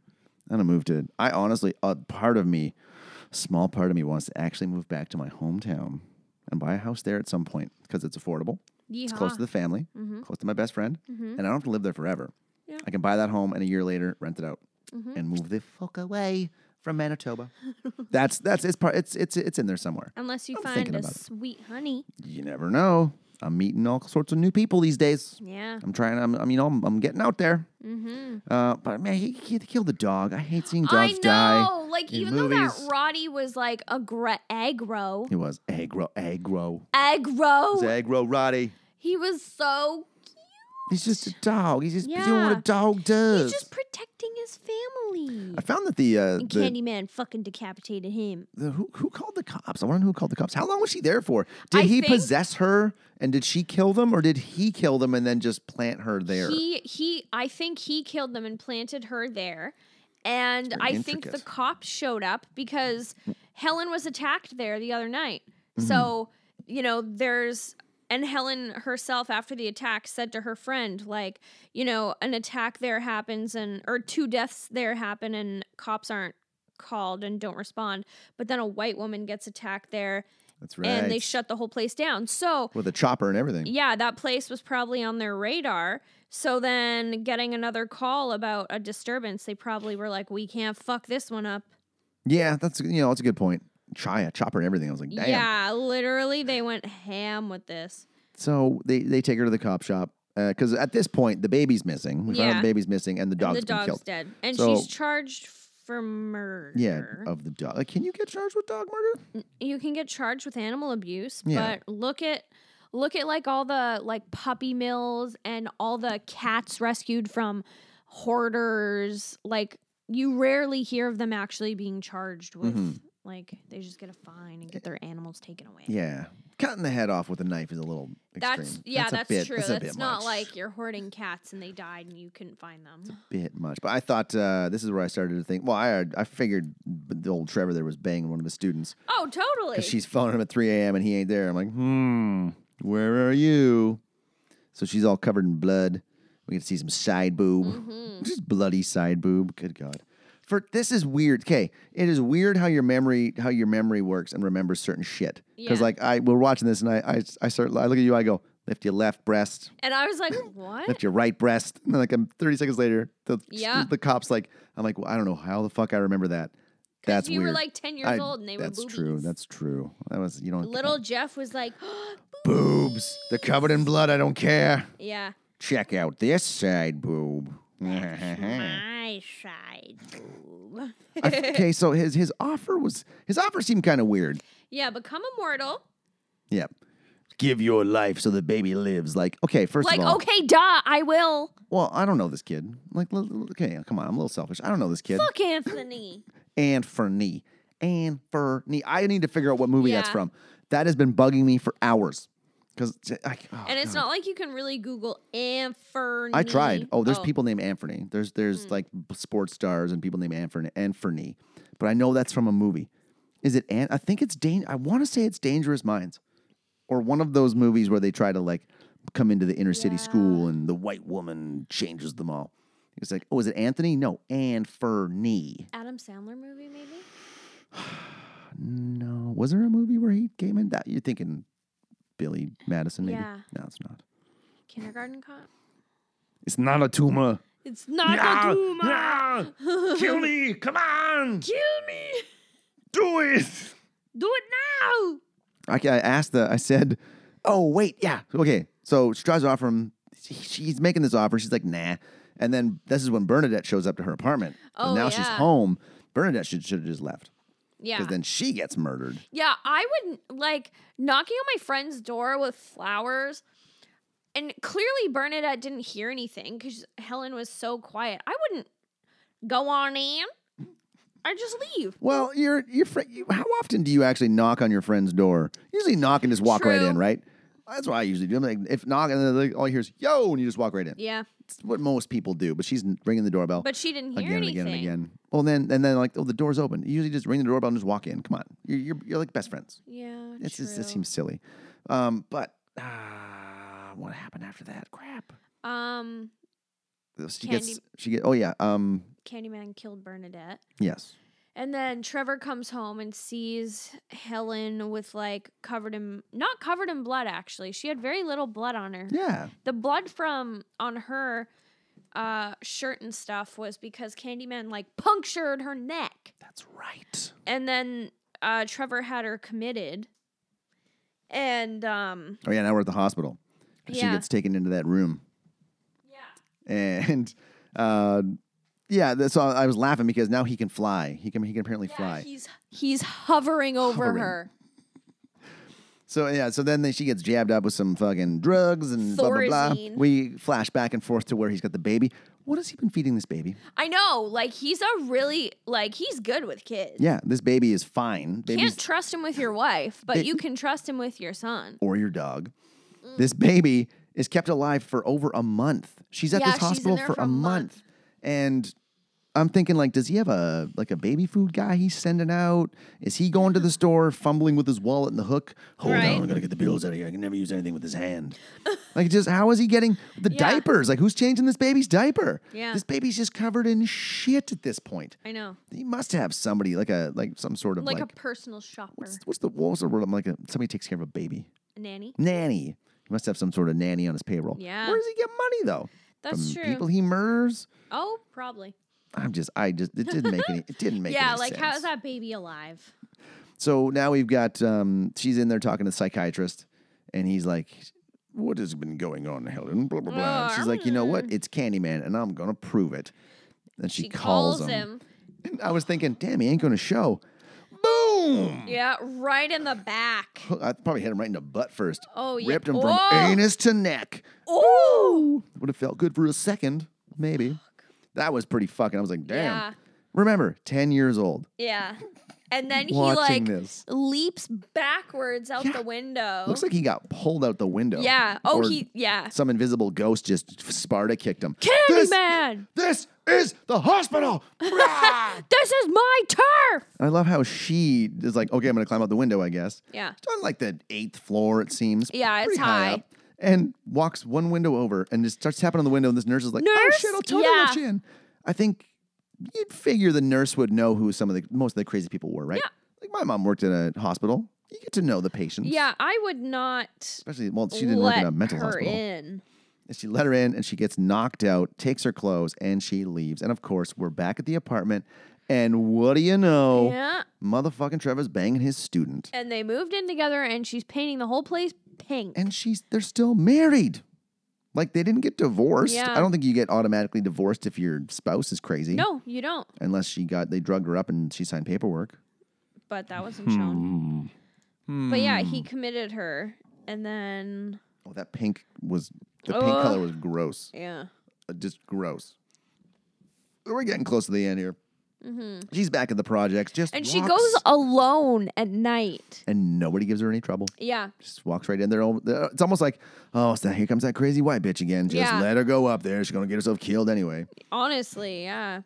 [SPEAKER 1] I'm gonna move to. I honestly, a part of me, small part of me, wants to actually move back to my hometown and buy a house there at some point because it's affordable. It's
[SPEAKER 2] Ah.
[SPEAKER 1] close to the family, close to my best friend, and I don't have to live there forever.
[SPEAKER 2] Mm-hmm. Yeah. Mm-hmm.
[SPEAKER 1] I can buy that home and a year later rent it out and move the fuck away from Manitoba. that's that's it's part. It's it's it's in there somewhere.
[SPEAKER 2] Unless you
[SPEAKER 1] I'm
[SPEAKER 2] find
[SPEAKER 1] thinking
[SPEAKER 2] a
[SPEAKER 1] about it.
[SPEAKER 2] sweet honey.
[SPEAKER 1] You never know. I'm meeting all sorts of new people these days.
[SPEAKER 2] Yeah.
[SPEAKER 1] I'm trying. I'm, I mean, I'm, I'm getting out there. Uh, but man, he, he killed the dog. I hate seeing
[SPEAKER 2] Mm-hmm. I
[SPEAKER 1] dogs
[SPEAKER 2] know.
[SPEAKER 1] die.
[SPEAKER 2] Like
[SPEAKER 1] in
[SPEAKER 2] even though
[SPEAKER 1] movies.
[SPEAKER 2] that Roddy was like aggro aggro.
[SPEAKER 1] It was aggro, aggro,
[SPEAKER 2] Aggro.
[SPEAKER 1] It's aggro, Roddy.
[SPEAKER 2] He was so
[SPEAKER 1] He's just a dog. He's just doing what a
[SPEAKER 2] Yeah.
[SPEAKER 1] dog does.
[SPEAKER 2] He's just protecting his family.
[SPEAKER 1] I found that the uh,
[SPEAKER 2] And e-
[SPEAKER 1] the,
[SPEAKER 2] Candyman fucking decapitated him.
[SPEAKER 1] the who, who called the cops. I wonder who called the cops. How long was she there for? Did
[SPEAKER 2] I
[SPEAKER 1] he
[SPEAKER 2] think-
[SPEAKER 1] possess her and did she kill them, or did he kill them and then just plant her there?
[SPEAKER 2] He he I think he killed them and planted her there. And I
[SPEAKER 1] very
[SPEAKER 2] think the
[SPEAKER 1] intricate.
[SPEAKER 2] cops showed up because Helen was attacked there the other night.
[SPEAKER 1] Mm-hmm.
[SPEAKER 2] So, you know, there's and Helen herself after the attack said to her friend like, you know, an attack there happens and or two deaths there happen and cops aren't called and don't respond, but then a white woman gets attacked there
[SPEAKER 1] That's right.
[SPEAKER 2] and they shut the whole place down. So,
[SPEAKER 1] with a chopper and everything.
[SPEAKER 2] yeah, that place was probably on their radar. So then getting another call about a disturbance, they probably were like, we can't fuck this one up.
[SPEAKER 1] Yeah, that's you know that's a good point. Try a chopper and everything. I was like, damn.
[SPEAKER 2] Yeah, literally, they went ham with this.
[SPEAKER 1] So they they take her to the cop shop because at this point the baby's missing. We found out
[SPEAKER 2] Yeah.
[SPEAKER 1] the baby's missing and the dog's
[SPEAKER 2] the
[SPEAKER 1] been
[SPEAKER 2] dog's
[SPEAKER 1] killed.
[SPEAKER 2] dead. And
[SPEAKER 1] So-
[SPEAKER 2] she's charged for murder.
[SPEAKER 1] Yeah, of the dog. Like, can you get charged with dog murder?
[SPEAKER 2] you can get charged with animal abuse,
[SPEAKER 1] Yeah.
[SPEAKER 2] but look at look at like all the like puppy mills and all the cats rescued from hoarders. Like you rarely hear of them actually being charged with
[SPEAKER 1] Mhm.
[SPEAKER 2] like they just get a fine and get their animals taken away.
[SPEAKER 1] Eh, Yeah, cutting the head off with a knife is a little extreme.
[SPEAKER 2] That's yeah,
[SPEAKER 1] a
[SPEAKER 2] that's,
[SPEAKER 1] bit-
[SPEAKER 2] true.
[SPEAKER 1] a
[SPEAKER 2] That's,
[SPEAKER 1] bit
[SPEAKER 2] not
[SPEAKER 1] much.
[SPEAKER 2] like you're hoarding cats and they died and you couldn't find them.
[SPEAKER 1] bit much. But I thought uh, this is where I started to think. Well, I I figured the old Trevor there was banging one of his students
[SPEAKER 2] Oh, totally.
[SPEAKER 1] because she's phoning him at 3 a.m. and he ain't there. I'm like, hmm, where are you? So she's all covered in blood. We get to see some side boob,
[SPEAKER 2] Mm-hmm.
[SPEAKER 1] just bloody side boob. Good God. For this is weird. Okay, it is weird how your memory how your memory works and remembers certain shit. Because
[SPEAKER 2] Yeah.
[SPEAKER 1] like I we're watching this and I, I I start I look at you I go lift your left breast,
[SPEAKER 2] And I was like, what?
[SPEAKER 1] lift your right breast. And then, like I'm 30 seconds later, the,
[SPEAKER 2] Yeah.
[SPEAKER 1] the cop's like, I'm like, well, I don't know how the fuck I remember that. That's
[SPEAKER 2] you
[SPEAKER 1] weird.
[SPEAKER 2] were like 10 years
[SPEAKER 1] I-
[SPEAKER 2] old and they were
[SPEAKER 1] that's
[SPEAKER 2] boobies.
[SPEAKER 1] true. That's true. That was you don't
[SPEAKER 2] Little Jeff was like,
[SPEAKER 1] boobs. They're covered in blood. I don't care.
[SPEAKER 2] yeah,
[SPEAKER 1] Check out this side boob. I-
[SPEAKER 2] my side boob.
[SPEAKER 1] okay, so his his offer was his offer seemed kind of weird.
[SPEAKER 2] Yeah, become immortal.
[SPEAKER 1] Yep. Give your life so the baby lives. Like, okay, first
[SPEAKER 2] like,
[SPEAKER 1] of all,
[SPEAKER 2] okay, duh, I will.
[SPEAKER 1] well, I don't know this kid. Like, l- l- okay, come on, I'm a little selfish. I don't know this kid.
[SPEAKER 2] Fuck Anthony.
[SPEAKER 1] And for knee, and for knee, I need to figure out what movie that's
[SPEAKER 2] Yeah.
[SPEAKER 1] from. That has been bugging me for hours. Because oh,
[SPEAKER 2] and it's not like you can really Google Anthony.
[SPEAKER 1] I tried. Oh, there's people named Anthony. There's there's
[SPEAKER 2] Hmm.
[SPEAKER 1] like b- sports stars and people named Anthony Anthony. But I know that's from a movie. Is it An I think it's Dan I want to say it's Dangerous Minds. Or one of those movies where they try to like come into the inner city school and the white woman changes them all. It's like, oh, is it Anthony? No, Anthony.
[SPEAKER 2] Adam Sandler movie, maybe?
[SPEAKER 1] No. Was there a movie where he came in that you're thinking Billy Madison, maybe?
[SPEAKER 2] Yeah.
[SPEAKER 1] No, it's not.
[SPEAKER 2] Kindergarten Cop?
[SPEAKER 1] It's not a tumor.
[SPEAKER 2] It's not a tumor.
[SPEAKER 1] Kill me! Come on!
[SPEAKER 2] Kill me.
[SPEAKER 1] Do it!
[SPEAKER 2] Do it now.
[SPEAKER 1] I, I asked the, I said, oh, wait, yeah. Okay. So she tries to offer him, she- she's making this offer. She's like, nah. And then this is when Bernadette shows up to her apartment.
[SPEAKER 2] Oh,
[SPEAKER 1] and now she's
[SPEAKER 2] yeah.
[SPEAKER 1] home. Bernadette should, should have just left
[SPEAKER 2] Yeah.
[SPEAKER 1] because then she gets murdered.
[SPEAKER 2] Yeah, I wouldn't like knocking on my friend's door with flowers. And clearly Bernadette didn't hear anything because Helen was so quiet. I wouldn't go on in. I just leave.
[SPEAKER 1] Well, your your friend. You, how often do you actually knock on your friend's door? Usually knock and just walk right
[SPEAKER 2] True.
[SPEAKER 1] in, right? That's what I usually do. I'm like, if knock and then like, all you hear is yo, and you just walk right in.
[SPEAKER 2] Yeah,
[SPEAKER 1] It's what most people do. But she's ringing the doorbell.
[SPEAKER 2] but she didn't hear
[SPEAKER 1] again and
[SPEAKER 2] anything.
[SPEAKER 1] again and again. Well, then and then like, oh, the door's open. You usually just ring the doorbell and just walk in. Come on, you're you're, you're like best friends.
[SPEAKER 2] Yeah,
[SPEAKER 1] It's
[SPEAKER 2] true.
[SPEAKER 1] just, it seems silly, um, but uh, what happened after that? Crap.
[SPEAKER 2] um,
[SPEAKER 1] She gets
[SPEAKER 2] Candy-
[SPEAKER 1] she get oh yeah um
[SPEAKER 2] Candyman killed Bernadette,
[SPEAKER 1] yes
[SPEAKER 2] and then Trevor comes home and sees Helen with like covered in not covered in blood. Actually, she had very little blood on her.
[SPEAKER 1] yeah
[SPEAKER 2] the blood from on her uh, shirt and stuff was because Candyman like punctured her neck,
[SPEAKER 1] that's right.
[SPEAKER 2] and then uh, Trevor had her committed, and um,
[SPEAKER 1] Oh yeah, now we're at the hospital. And She
[SPEAKER 2] Yeah.
[SPEAKER 1] gets taken into that room. And uh, yeah, th- so I was laughing because now he can fly. He can he can apparently fly.
[SPEAKER 2] he's he's hovering over
[SPEAKER 1] Hovering.
[SPEAKER 2] her.
[SPEAKER 1] so yeah, so then she gets jabbed up with some fucking drugs and blah blah blah.
[SPEAKER 2] Thorazine.
[SPEAKER 1] We flash back and forth to where he's got the baby. What has he been feeding this baby?
[SPEAKER 2] I know, like he's a really like he's good with kids.
[SPEAKER 1] Yeah, this baby is fine. Baby's
[SPEAKER 2] Can't trust him with your wife, but
[SPEAKER 1] They-
[SPEAKER 2] you can trust him with your son.
[SPEAKER 1] or your dog.
[SPEAKER 2] Mm.
[SPEAKER 1] This baby is kept alive for over a month. She's at
[SPEAKER 2] Yeah,
[SPEAKER 1] this
[SPEAKER 2] she's in
[SPEAKER 1] hospital
[SPEAKER 2] there
[SPEAKER 1] for,
[SPEAKER 2] for
[SPEAKER 1] a
[SPEAKER 2] a
[SPEAKER 1] month.
[SPEAKER 2] month.
[SPEAKER 1] And I'm thinking like, does he have a like a baby food guy he's sending out? Is he going to the store fumbling with his wallet and the hook? Hold
[SPEAKER 2] Right.
[SPEAKER 1] on, I gotta get the bills out of here. I can never use anything with his hand. like just how is he getting the
[SPEAKER 2] Yeah.
[SPEAKER 1] diapers? Like who's changing this baby's diaper?
[SPEAKER 2] Yeah.
[SPEAKER 1] This baby's just covered in shit at this point.
[SPEAKER 2] I know,
[SPEAKER 1] He must have somebody like a like some sort of
[SPEAKER 2] like,
[SPEAKER 1] like,
[SPEAKER 2] a personal shopper,
[SPEAKER 1] what's, what's the what was the word? I'm like a, somebody takes care of a baby
[SPEAKER 2] a nanny.
[SPEAKER 1] nanny. He must have some sort of nanny on his payroll.
[SPEAKER 2] Yeah.
[SPEAKER 1] Where does he get money though?
[SPEAKER 2] That's
[SPEAKER 1] From
[SPEAKER 2] true.
[SPEAKER 1] people he murders.
[SPEAKER 2] oh, probably.
[SPEAKER 1] I'm just, I just, it didn't make any, it didn't make
[SPEAKER 2] yeah,
[SPEAKER 1] any
[SPEAKER 2] like
[SPEAKER 1] sense.
[SPEAKER 2] how is that baby alive?
[SPEAKER 1] So now we've got, um, she's in there talking to the psychiatrist, and he's like, "What has been going on, Helen?" Blah blah blah. And she's like, "You know what? It's Candyman, and I'm gonna prove it." Then she,
[SPEAKER 2] Mm. She
[SPEAKER 1] calls, him. And I was thinking, "Damn, he ain't gonna show." Boom!
[SPEAKER 2] Yeah, right in the back.
[SPEAKER 1] I probably hit him right in the butt first.
[SPEAKER 2] Oh, yeah.
[SPEAKER 1] Ripped him from
[SPEAKER 2] Oh!
[SPEAKER 1] anus to neck.
[SPEAKER 2] Oh,
[SPEAKER 1] Would have felt good for a second, maybe. That was pretty fucking. I was like, damn.
[SPEAKER 2] Yeah.
[SPEAKER 1] Remember, 10 years old.
[SPEAKER 2] yeah. And then he
[SPEAKER 1] Watching
[SPEAKER 2] like
[SPEAKER 1] this.
[SPEAKER 2] leaps backwards out
[SPEAKER 1] Yeah.
[SPEAKER 2] the window.
[SPEAKER 1] Looks like he got pulled out the window.
[SPEAKER 2] Oh. yeah. Oh,
[SPEAKER 1] Or
[SPEAKER 2] he yeah.
[SPEAKER 1] Some invisible ghost just Sparta kicked him. This,
[SPEAKER 2] Candyman,
[SPEAKER 1] this is the hospital. Rah!
[SPEAKER 2] this is my turf.
[SPEAKER 1] I love how she is like, okay, I'm going to climb out the window, I guess.
[SPEAKER 2] Yeah.
[SPEAKER 1] It's on like the eighth floor, it seems.
[SPEAKER 2] Yeah, it's
[SPEAKER 1] Pretty
[SPEAKER 2] high.
[SPEAKER 1] up. And walks one window over and just starts tapping on the window. And this nurse is like, oh
[SPEAKER 2] Nurse?
[SPEAKER 1] shit, I'll totally
[SPEAKER 2] Yeah.
[SPEAKER 1] let you in. I think you'd figure the nurse would know who some of the most of the crazy people were, right?
[SPEAKER 2] Yeah.
[SPEAKER 1] Like my mom worked in a hospital. You get to know the patients.
[SPEAKER 2] Yeah, I would not
[SPEAKER 1] Especially, well, she didn't
[SPEAKER 2] let
[SPEAKER 1] work in a mental
[SPEAKER 2] her
[SPEAKER 1] hospital.
[SPEAKER 2] in.
[SPEAKER 1] And she let her in and she gets knocked out, takes her clothes, and she leaves. And of course, we're back at the apartment. And what do you know?
[SPEAKER 2] Yeah.
[SPEAKER 1] Motherfucking Trevor's banging his student.
[SPEAKER 2] And they moved in together and she's painting the whole place pink.
[SPEAKER 1] And she's they're still married. Like they didn't get divorced.
[SPEAKER 2] Yeah.
[SPEAKER 1] I don't think you get automatically divorced if your spouse is crazy.
[SPEAKER 2] no, you don't.
[SPEAKER 1] Unless she got they drugged her up and she signed paperwork.
[SPEAKER 2] But that wasn't shown.
[SPEAKER 1] Hmm.
[SPEAKER 2] But yeah, he committed her and then
[SPEAKER 1] Oh, that pink was the pink
[SPEAKER 2] Ugh.
[SPEAKER 1] color was gross.
[SPEAKER 2] yeah.
[SPEAKER 1] Uh, Just gross. We're getting close to the end here. She's back at the projects. Just
[SPEAKER 2] Mm-hmm. And she
[SPEAKER 1] walks-
[SPEAKER 2] goes alone at night.
[SPEAKER 1] and nobody gives her any trouble.
[SPEAKER 2] Yeah.
[SPEAKER 1] Just walks right in there. All- there- It's almost like, oh, so here comes that crazy white bitch again. Just
[SPEAKER 2] Yeah.
[SPEAKER 1] let her go up there. She's gonna get herself killed anyway.
[SPEAKER 2] Honestly, yeah.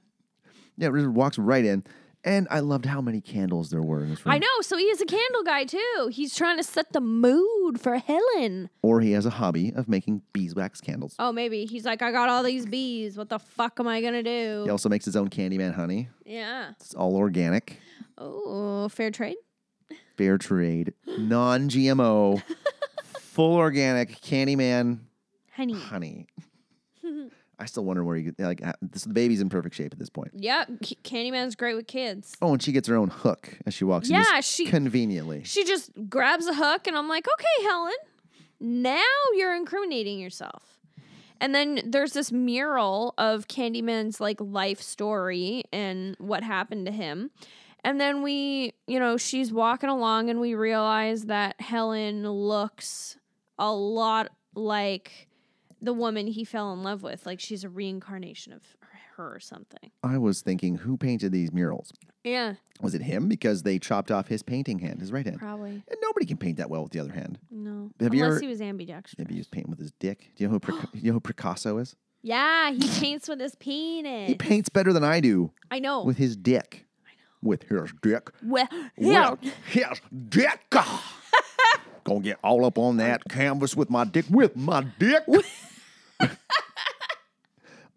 [SPEAKER 1] Yeah, just walks right in. And I loved how many candles there were in this room.
[SPEAKER 2] I know. So he is a candle guy too. He's trying to set the mood for Helen.
[SPEAKER 1] Or he has a hobby of making beeswax candles.
[SPEAKER 2] Oh, maybe he's like, I got all these bees. What the fuck am I gonna
[SPEAKER 1] He
[SPEAKER 2] do?
[SPEAKER 1] also makes his own Candyman honey.
[SPEAKER 2] Yeah.
[SPEAKER 1] It's all organic,
[SPEAKER 2] Oh, fair trade.
[SPEAKER 1] fair trade, non-GMO, full organic Candyman
[SPEAKER 2] Honey.
[SPEAKER 1] honey. I still wonder where you like. uh, This, the baby's in perfect shape at this point.
[SPEAKER 2] Yep. C- Candyman's great with kids.
[SPEAKER 1] Oh, and she gets her own hook as she walks. in,
[SPEAKER 2] Yeah,
[SPEAKER 1] just
[SPEAKER 2] she-
[SPEAKER 1] conveniently.
[SPEAKER 2] She just grabs a hook, and I'm like, okay, Helen, now you're incriminating yourself. And then there's this mural of Candyman's like life story and what happened to him. And then we, you know, she's walking along, and we realize that Helen looks a lot like the woman he fell in love with. Like she's a reincarnation of her or something.
[SPEAKER 1] I was thinking, who painted these murals?
[SPEAKER 2] Yeah,
[SPEAKER 1] Was it him? Because they chopped off his painting hand, his right hand.
[SPEAKER 2] probably.
[SPEAKER 1] And nobody can paint that well with the other hand.
[SPEAKER 2] No.
[SPEAKER 1] Have you
[SPEAKER 2] Unless
[SPEAKER 1] ever-
[SPEAKER 2] he was ambidextrous.
[SPEAKER 1] Maybe he was painting with his dick. Do you know who Pic- you know who Picasso is?
[SPEAKER 2] Yeah, he paints with his penis.
[SPEAKER 1] He paints better than I do
[SPEAKER 2] I know.
[SPEAKER 1] with his dick. With his dick.
[SPEAKER 2] well, yeah.
[SPEAKER 1] Well, his dick. Gonna get all up on that canvas with my dick. With my dick.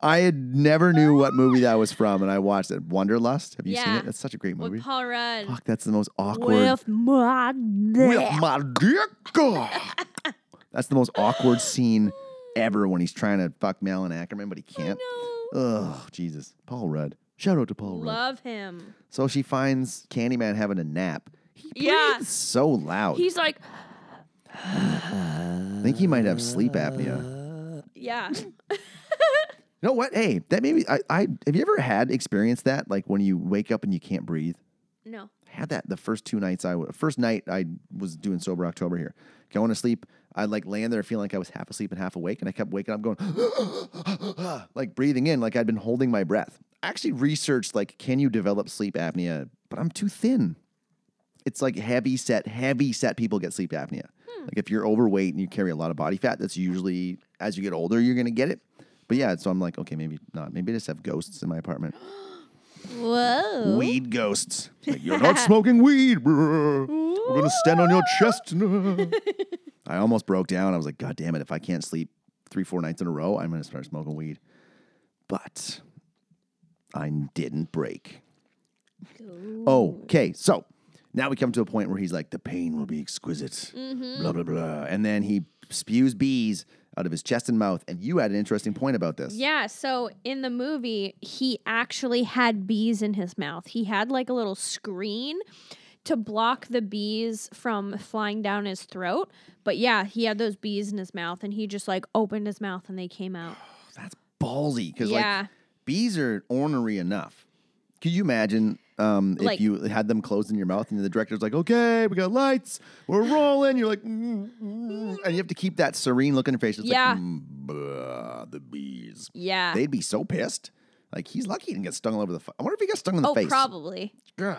[SPEAKER 1] I had never knew what movie that was from, and I watched it. Wanderlust. Have you seen
[SPEAKER 2] Yeah.
[SPEAKER 1] it? That's such a great movie.
[SPEAKER 2] with Paul Rudd.
[SPEAKER 1] Fuck, that's the most awkward.
[SPEAKER 2] With my
[SPEAKER 1] with
[SPEAKER 2] dick.
[SPEAKER 1] my dick. That's the most awkward scene ever when he's trying to fuck Malin Ackerman, but he can't.
[SPEAKER 2] No.
[SPEAKER 1] Ugh, Jesus. Paul Rudd. Shout out to Paul Rudd.
[SPEAKER 2] Love him.
[SPEAKER 1] So she finds Candyman having a nap. He
[SPEAKER 2] Yeah.
[SPEAKER 1] breathes so loud.
[SPEAKER 2] He's like,
[SPEAKER 1] I think he might have sleep apnea.
[SPEAKER 2] yeah.
[SPEAKER 1] You know what? Hey, that maybe I, I have you ever had experienced that? Like when you wake up and you can't breathe?
[SPEAKER 2] No.
[SPEAKER 1] had that the first two nights I w- first night I was doing sober October here, going to sleep. I'd like laying there feeling like I was half asleep and half awake, and I kept waking up going like breathing in, like I'd been holding my breath. I actually researched like can you develop sleep apnea, but I'm too thin. It's like heavy set, heavy set people get sleep apnea. Like if you're overweight and you carry a lot of body fat, that's usually as you get older you're gonna get it. But yeah, so I'm like, okay, maybe not. Maybe I just have ghosts in my apartment.
[SPEAKER 2] Whoa.
[SPEAKER 1] Weed ghosts. Like, You're not smoking weed, bruh. We're gonna stand on your chest. now." I almost broke down. I was like, God damn it! If I can't sleep three, four nights in a row, I'm gonna start smoking weed. But I didn't break. Oh, okay. So now we come to a point where he's like, the pain will be exquisite. Blah blah blah, and then he spews bees out of his chest and mouth. And you had an interesting point about this.
[SPEAKER 2] Yeah, so in the movie, he actually had bees in his mouth. He had like a little screen to block the bees from flying down his throat. But yeah, he had those bees in his mouth and he just like opened his mouth and they came out.
[SPEAKER 1] That's ballsy because
[SPEAKER 2] Yeah.
[SPEAKER 1] like bees are ornery enough. Could you imagine um, if
[SPEAKER 2] Like-
[SPEAKER 1] you had them closed in your mouth and the director's like, "Okay, we got lights, we're rolling." You're like, mm, mm," and you have to keep that serene look on your face. It's
[SPEAKER 2] Yeah.
[SPEAKER 1] like, mm, blah, the bees.
[SPEAKER 2] Yeah.
[SPEAKER 1] They'd be so pissed. Like he's lucky he didn't get stung all over the. F- I wonder if he got stung in the
[SPEAKER 2] oh,
[SPEAKER 1] face.
[SPEAKER 2] probably.
[SPEAKER 1] Ugh.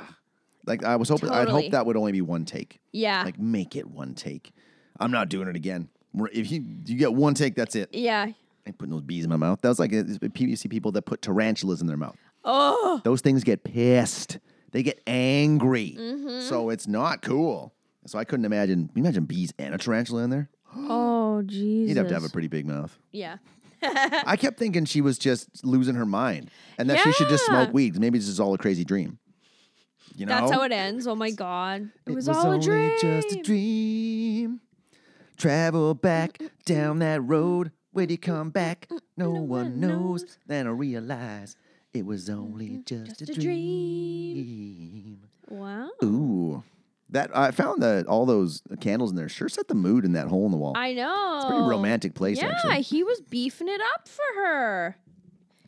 [SPEAKER 1] Like I was hoping, I'd
[SPEAKER 2] Totally.
[SPEAKER 1] hope that would only be one take.
[SPEAKER 2] Yeah.
[SPEAKER 1] Like make it one take. I'm not doing it again. We're- If you you get one take, that's it.
[SPEAKER 2] yeah.
[SPEAKER 1] And putting those bees in my mouth. That was like it's- it's- you see people that put tarantulas in their mouth.
[SPEAKER 2] Oh.
[SPEAKER 1] Those things get pissed. They get angry.
[SPEAKER 2] Mm-hmm.
[SPEAKER 1] So it's not cool. So I couldn't imagine. Can you imagine bees and a tarantula in there?
[SPEAKER 2] Oh, Jesus.
[SPEAKER 1] You'd have to have a pretty big mouth.
[SPEAKER 2] Yeah.
[SPEAKER 1] I kept thinking she was just losing her mind and that she should just
[SPEAKER 2] Yeah.
[SPEAKER 1] smoke weed. Maybe this is all a crazy dream. You know,
[SPEAKER 2] That's how it ends. Oh my god. It, was, all a
[SPEAKER 1] only
[SPEAKER 2] dream.
[SPEAKER 1] just a dream. Travel
[SPEAKER 2] Mm,
[SPEAKER 1] back down that road. When you come back, no,
[SPEAKER 2] no
[SPEAKER 1] one
[SPEAKER 2] one
[SPEAKER 1] knows.
[SPEAKER 2] knows. Mm,
[SPEAKER 1] Then I realize it was only just,
[SPEAKER 2] just
[SPEAKER 1] a
[SPEAKER 2] a dream.
[SPEAKER 1] dream.
[SPEAKER 2] Wow.
[SPEAKER 1] Ooh, that I found that all those candles in there sure set the mood in that hole in the wall.
[SPEAKER 2] I know.
[SPEAKER 1] Pretty romantic place,
[SPEAKER 2] Yeah,
[SPEAKER 1] actually.
[SPEAKER 2] he was beefing it up for her.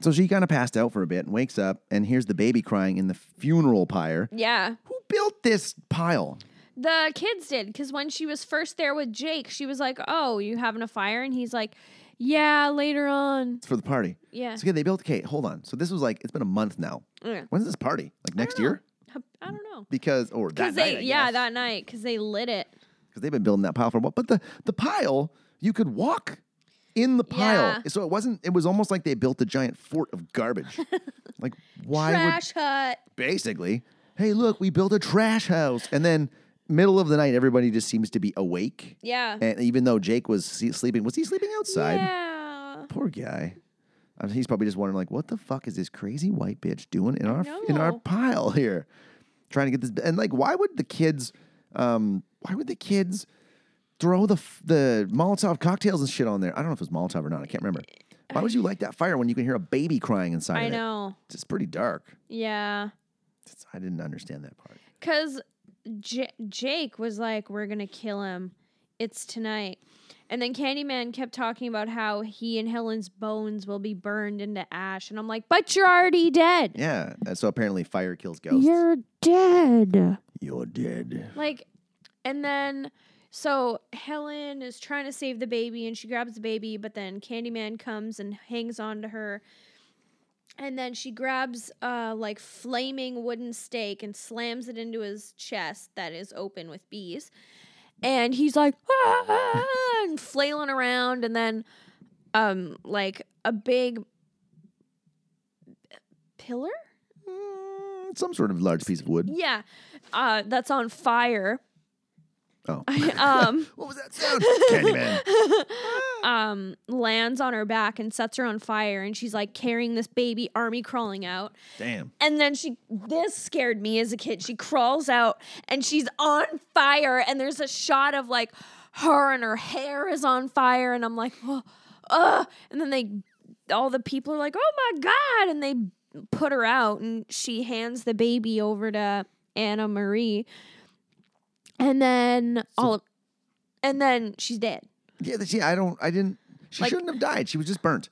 [SPEAKER 1] So she kind of passed out for a bit and wakes up, and here's the baby crying in the funeral pyre.
[SPEAKER 2] Yeah.
[SPEAKER 1] Who built this pile?
[SPEAKER 2] The kids did because when she was first there with Jake, she was like, "Oh, you having a fire?" And he's like, "Yeah, later on."
[SPEAKER 1] It's for the party.
[SPEAKER 2] Yeah.
[SPEAKER 1] So yeah, they built. Okay, hold on. So this was like it's been a month now.
[SPEAKER 2] Yeah.
[SPEAKER 1] When's this party? Like next
[SPEAKER 2] know.
[SPEAKER 1] year?
[SPEAKER 2] Mm. I don't know.
[SPEAKER 1] Because or that
[SPEAKER 2] Because
[SPEAKER 1] night?
[SPEAKER 2] they,
[SPEAKER 1] I
[SPEAKER 2] yeah,
[SPEAKER 1] guess.
[SPEAKER 2] that night, because they lit it.
[SPEAKER 1] because they've been building that pile for a while. But the the pile, you could walk in the pile,
[SPEAKER 2] Yeah.
[SPEAKER 1] so it wasn't. It was almost like they built a giant fort of garbage. like why would
[SPEAKER 2] Trash hut.
[SPEAKER 1] basically? Hey, look, we built a trash house, and then middle of the night, everybody just seems to be awake.
[SPEAKER 2] Yeah.
[SPEAKER 1] And even though Jake was se- sleeping, was he sleeping outside?
[SPEAKER 2] Yeah.
[SPEAKER 1] Poor guy. I mean, he's probably just wondering, like, what the fuck is this crazy white bitch doing in our in our
[SPEAKER 2] know.
[SPEAKER 1] pile here, trying to get this? And like, why would the kids? Um, why would the kids throw the f- the Molotov cocktails and shit on there? I don't know if it was Molotov or not. I can't remember. Why would you light that fire when you can hear a baby crying inside?
[SPEAKER 2] I
[SPEAKER 1] of It?
[SPEAKER 2] know.
[SPEAKER 1] It's pretty dark.
[SPEAKER 2] Yeah.
[SPEAKER 1] It's- I didn't understand that part.
[SPEAKER 2] Because J- Jake was like, we're going to kill him. It's tonight. And then Candyman kept talking about how he and Helen's bones will be burned into ash. And I'm like, but you're already dead.
[SPEAKER 1] Yeah. and So apparently, fire kills ghosts.
[SPEAKER 2] dead.
[SPEAKER 1] You're dead.
[SPEAKER 2] Like, and then. So Helen is trying to save the baby and she grabs the baby, but then Candyman comes and hangs on to her. And then she grabs uh like flaming wooden stake and slams it into his chest that is open with bees. And he's like "Ah," and flailing around and then um like a big pillar?
[SPEAKER 1] Mm, some sort of large piece of wood.
[SPEAKER 2] Yeah. Uh that's on fire.
[SPEAKER 1] Oh.
[SPEAKER 2] um
[SPEAKER 1] What was that sound? Candyman.
[SPEAKER 2] um, lands on her back and sets her on fire, and she's like carrying this baby army crawling out.
[SPEAKER 1] Damn.
[SPEAKER 2] And then she, this scared me as a kid. She crawls out and she's on fire, and there's a shot of like her and her hair is on fire, and I'm like, oh, uh. And then they, all the people are like, oh my god, and they put her out, and she hands the baby over to Anna Marie, and then all of, and then she's dead.
[SPEAKER 1] Yeah, that she. I don't. I didn't. She
[SPEAKER 2] Like-
[SPEAKER 1] shouldn't have died. She was just burnt.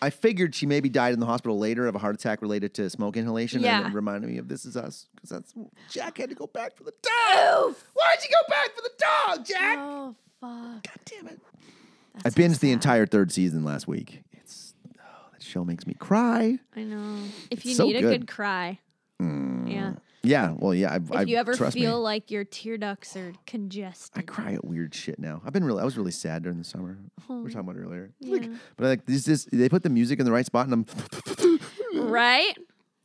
[SPEAKER 1] I figured she maybe died in the hospital later of a heart attack related to smoke inhalation, and
[SPEAKER 2] Yeah.
[SPEAKER 1] it reminded me of "This Is Us" because that's Jack had to go back for the dog.
[SPEAKER 2] Oof.
[SPEAKER 1] Why'd you go back for the dog, Jack?
[SPEAKER 2] Oh fuck!
[SPEAKER 1] God damn it!
[SPEAKER 2] That's
[SPEAKER 1] I binged the entire third season last week. It's oh, that show makes me cry.
[SPEAKER 2] I know. If you
[SPEAKER 1] so
[SPEAKER 2] need a
[SPEAKER 1] good.
[SPEAKER 2] good cry, yeah.
[SPEAKER 1] Yeah, well, yeah. I,
[SPEAKER 2] If
[SPEAKER 1] I,
[SPEAKER 2] you ever
[SPEAKER 1] trust me,
[SPEAKER 2] feel like your tear ducts are
[SPEAKER 1] I
[SPEAKER 2] congested,
[SPEAKER 1] cry at weird shit now. I've been really, I was really sad during the summer. We were talking about it earlier. Like,
[SPEAKER 2] Yeah.
[SPEAKER 1] but I like this, this, they put the music in the right spot, and I'm
[SPEAKER 2] right?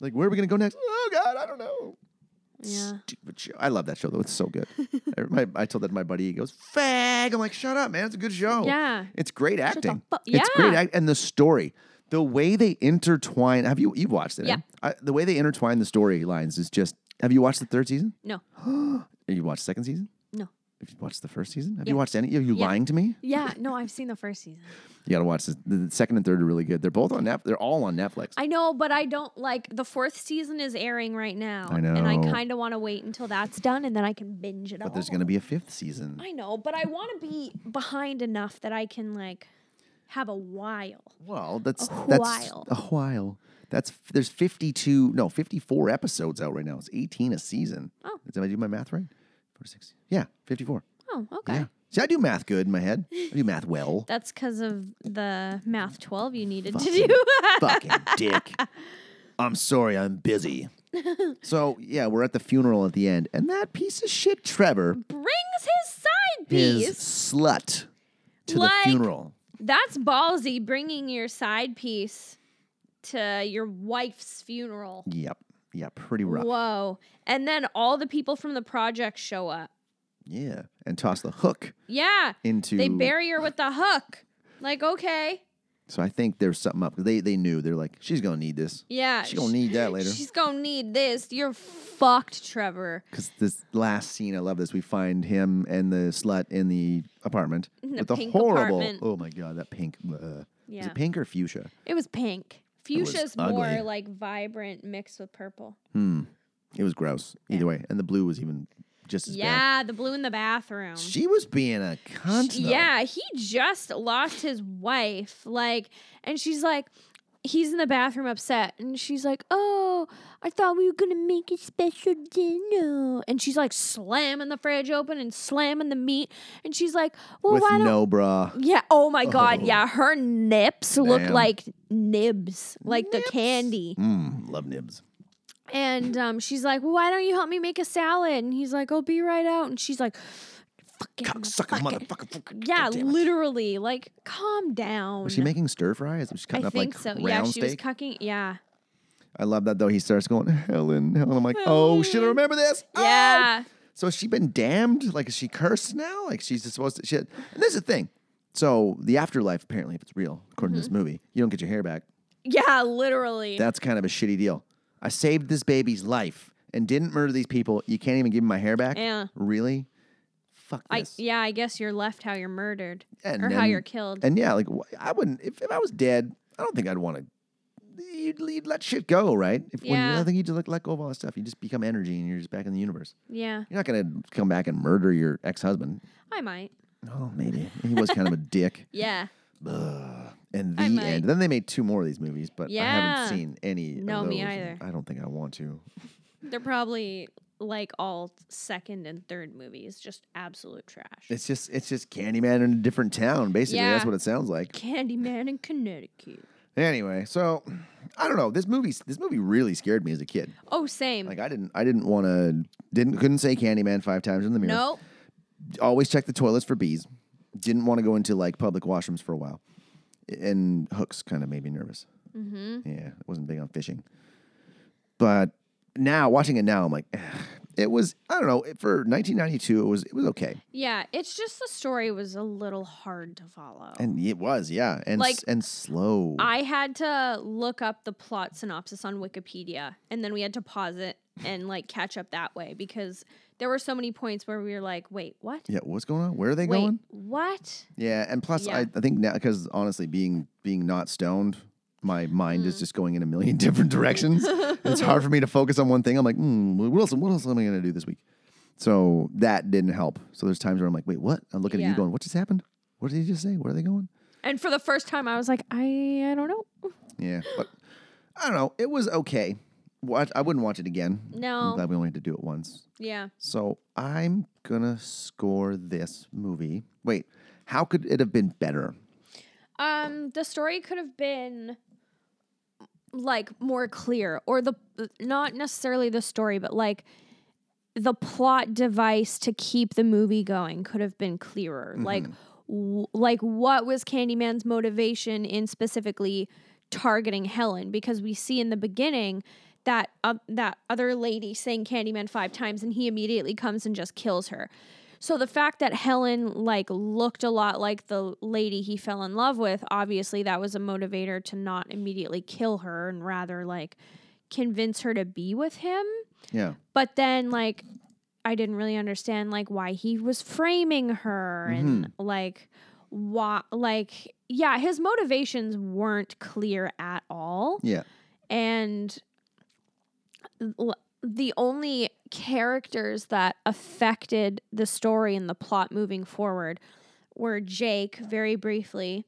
[SPEAKER 1] like, where are we gonna go next? Oh God, I don't know.
[SPEAKER 2] Yeah.
[SPEAKER 1] Stupid show. I love that show though. It's so good. I, my, I told that to my buddy. He goes, "Fag." I'm like, "Shut up, man. It's a good show.
[SPEAKER 2] Yeah.
[SPEAKER 1] It's great acting.
[SPEAKER 2] fu-
[SPEAKER 1] It's great
[SPEAKER 2] Yeah.
[SPEAKER 1] act- and the story, the way they intertwine. Have you you've watched it? eh?
[SPEAKER 2] Yeah.
[SPEAKER 1] I, the way they intertwine the storylines is just. Have you watched the third season?
[SPEAKER 2] No.
[SPEAKER 1] Have you watched the second season?
[SPEAKER 2] No.
[SPEAKER 1] Have you watched the first season? Have
[SPEAKER 2] Yeah.
[SPEAKER 1] you watched any? Are you
[SPEAKER 2] Yeah.
[SPEAKER 1] lying to me?
[SPEAKER 2] Yeah. No, I've seen the first season.
[SPEAKER 1] You gotta watch this. The, the second and third are really good. They're both on Netflix. They're all on Netflix.
[SPEAKER 2] I know, but I don't like the fourth season is airing right now.
[SPEAKER 1] I
[SPEAKER 2] And I
[SPEAKER 1] know.
[SPEAKER 2] kind of want to wait until that's done and then I can binge it all.
[SPEAKER 1] but there's gonna be a fifth season.
[SPEAKER 2] I know, but I want to be behind enough that I can like have a while.
[SPEAKER 1] Well, that's
[SPEAKER 2] A
[SPEAKER 1] that's
[SPEAKER 2] while.
[SPEAKER 1] a while. That's there's 52, no, 54 episodes out right now. It's 18 a season.
[SPEAKER 2] Oh.
[SPEAKER 1] Did I do my math right? 46. Yeah, 54.
[SPEAKER 2] Oh, okay.
[SPEAKER 1] Yeah. See, I do math good in my head. I do math well.
[SPEAKER 2] That's because of the math 12 you needed
[SPEAKER 1] Fucking
[SPEAKER 2] to do.
[SPEAKER 1] Fucking dick. I'm sorry, I'm busy. so, yeah, we're at the funeral at the end, and that piece of shit Trevor
[SPEAKER 2] Brings his side piece.
[SPEAKER 1] is slut to
[SPEAKER 2] Like-
[SPEAKER 1] the funeral.
[SPEAKER 2] That's ballsy bringing your side piece to your wife's funeral.
[SPEAKER 1] Yep. Yeah, pretty rough.
[SPEAKER 2] Whoa. And then all the people from the project show up.
[SPEAKER 1] Yeah. And toss the hook
[SPEAKER 2] Yeah.
[SPEAKER 1] into
[SPEAKER 2] They bury her with the hook. Like, okay.
[SPEAKER 1] So I think there's something up. They they knew they're like she's gonna need this.
[SPEAKER 2] Yeah.
[SPEAKER 1] She gonna need that later.
[SPEAKER 2] She's gonna need this. You're fucked, Trevor.
[SPEAKER 1] Because this last scene, I love this. We find him and the slut in the apartment
[SPEAKER 2] the
[SPEAKER 1] with the
[SPEAKER 2] pink
[SPEAKER 1] horrible.
[SPEAKER 2] apartment.
[SPEAKER 1] Oh my god, that pink. Uh, Is
[SPEAKER 2] Yeah.
[SPEAKER 1] it pink or fuchsia?
[SPEAKER 2] It was pink.
[SPEAKER 1] was
[SPEAKER 2] Fuchsia's
[SPEAKER 1] ugly.
[SPEAKER 2] more like vibrant mixed with purple.
[SPEAKER 1] It was gross. Either way, and the blue was even just as bad.
[SPEAKER 2] Yeah, the blue in the bathroom.
[SPEAKER 1] She was being a cunt. though.
[SPEAKER 2] Yeah, he just lost his wife. Like, and she's like, he's in the bathroom upset. And she's like, oh, I thought we were going to make a special dinner. And she's like, slamming the fridge open and slamming the meat. And she's like, well,
[SPEAKER 1] with
[SPEAKER 2] why don't.
[SPEAKER 1] no bra.
[SPEAKER 2] Yeah. Oh my God.
[SPEAKER 1] Oh.
[SPEAKER 2] Yeah. Her nips look
[SPEAKER 1] Damn.
[SPEAKER 2] like nibs, like the candy.
[SPEAKER 1] Mm, love nibs.
[SPEAKER 2] And um, she's like, well, "Why don't you help me make a salad?" And he's like, "I'll be right out." And she's like, "Fucking
[SPEAKER 1] Cocksucker,
[SPEAKER 2] fucking-
[SPEAKER 1] motherfucker. fucking-
[SPEAKER 2] yeah,
[SPEAKER 1] goddamn it.
[SPEAKER 2] literally. Like, calm down.
[SPEAKER 1] Was she making stir fries? Was she cutting
[SPEAKER 2] I
[SPEAKER 1] up like
[SPEAKER 2] think so.
[SPEAKER 1] round
[SPEAKER 2] Yeah, she
[SPEAKER 1] steak?
[SPEAKER 2] was cucking. Yeah,
[SPEAKER 1] I love that though. He starts going Helen, Helen. I'm like, oh shit, I remember this. Oh!
[SPEAKER 2] yeah.
[SPEAKER 1] So has she been damned? Like is she cursed now? Like she's just supposed to shit. And this is the thing. So the afterlife, apparently, if it's real, according to this movie, you don't get your hair back.
[SPEAKER 2] Mm-hmm. Yeah, literally.
[SPEAKER 1] That's kind of a shitty deal. I saved this baby's life and didn't murder these people. You can't even give him my hair back.
[SPEAKER 2] Yeah.
[SPEAKER 1] Really? Fuck
[SPEAKER 2] I
[SPEAKER 1] this.
[SPEAKER 2] yeah. I guess you're left how you're murdered
[SPEAKER 1] And
[SPEAKER 2] or how
[SPEAKER 1] then-
[SPEAKER 2] you're killed.
[SPEAKER 1] And yeah, like wh- I wouldn't. If, if I was dead, I don't think I'd want to. You'd, you'd let shit go, right? If, when,
[SPEAKER 2] Yeah.
[SPEAKER 1] I think you just let, let go of all that stuff. You just become energy, and you're just back in the universe.
[SPEAKER 2] yeah,
[SPEAKER 1] You're not gonna come back and murder your ex husband.
[SPEAKER 2] I might.
[SPEAKER 1] Oh, maybe he was kind of a dick.
[SPEAKER 2] Yeah.
[SPEAKER 1] Ugh. And the
[SPEAKER 2] I might.
[SPEAKER 1] end. Then they made two more of these movies, but I
[SPEAKER 2] Yeah.
[SPEAKER 1] haven't seen any. of
[SPEAKER 2] No, me
[SPEAKER 1] those,
[SPEAKER 2] either.
[SPEAKER 1] and I don't think I want to.
[SPEAKER 2] They're probably like all second and third movies, just absolute trash.
[SPEAKER 1] It's just it's just Candyman in a different town. Basically, that's
[SPEAKER 2] Yeah.
[SPEAKER 1] what it sounds like.
[SPEAKER 2] Candyman in Connecticut.
[SPEAKER 1] Anyway, so I don't know. This movie this movie really scared me as a kid.
[SPEAKER 2] Oh, same.
[SPEAKER 1] Like I didn't, I didn't want to, didn't, couldn't say Candyman five times in the mirror.
[SPEAKER 2] no.
[SPEAKER 1] Always check the toilets for bees. Didn't want to go into like public washrooms for a while, and hooks kind of made me nervous. Mm-hmm. Yeah, I wasn't big on fishing, but now watching it now, I'm like, it was. I don't know. it- For 1992, it was it was okay,
[SPEAKER 2] Yeah, it's just the story was a little hard to follow.
[SPEAKER 1] and it was yeah, and s-
[SPEAKER 2] Like,
[SPEAKER 1] and slow.
[SPEAKER 2] I had to look up the plot synopsis on Wikipedia and then we had to pause it and like catch up that way because there were so many points where we were like, wait, what?
[SPEAKER 1] yeah, what's going on? Where are they
[SPEAKER 2] wait,
[SPEAKER 1] going?
[SPEAKER 2] what?
[SPEAKER 1] Yeah, and plus,
[SPEAKER 2] Yeah.
[SPEAKER 1] I, I think now because honestly, being being not stoned, my mind
[SPEAKER 2] Hmm.
[SPEAKER 1] is just going in a million different directions. it's hard for me to focus on one thing. I'm like, mm, what else? What else am I going to do this week? So that didn't help. So there's times where I'm like, wait, what? I'm looking at you
[SPEAKER 2] Yeah.
[SPEAKER 1] going, what just happened? What did he just say? Where are they going?
[SPEAKER 2] And for the first time, I was like, I, I don't know.
[SPEAKER 1] Yeah, but I don't know. It was okay. Watch, I wouldn't watch it again. I'm
[SPEAKER 2] No.
[SPEAKER 1] glad we only had to do it once.
[SPEAKER 2] Yeah.
[SPEAKER 1] So I'm gonna score this movie. Wait, how could it have been better?
[SPEAKER 2] Um, the story could have been like more clear, or the not necessarily the story, but like the plot device to keep the movie going could have been clearer. Like, w- like what was Candyman's motivation in specifically targeting Helen? Because we see in the beginning that uh, that other lady saying Candyman five times, and he immediately comes and just kills her. So the fact that Helen like looked a lot like the lady he fell in love with, obviously that was a motivator to not immediately kill her and rather like convince her to be with him.
[SPEAKER 1] Yeah.
[SPEAKER 2] But then like I didn't really understand like why he was framing her and like why like yeah, his motivations weren't clear at all
[SPEAKER 1] Yeah.
[SPEAKER 2] and l- the only characters that affected the story and the plot moving forward were Jake very briefly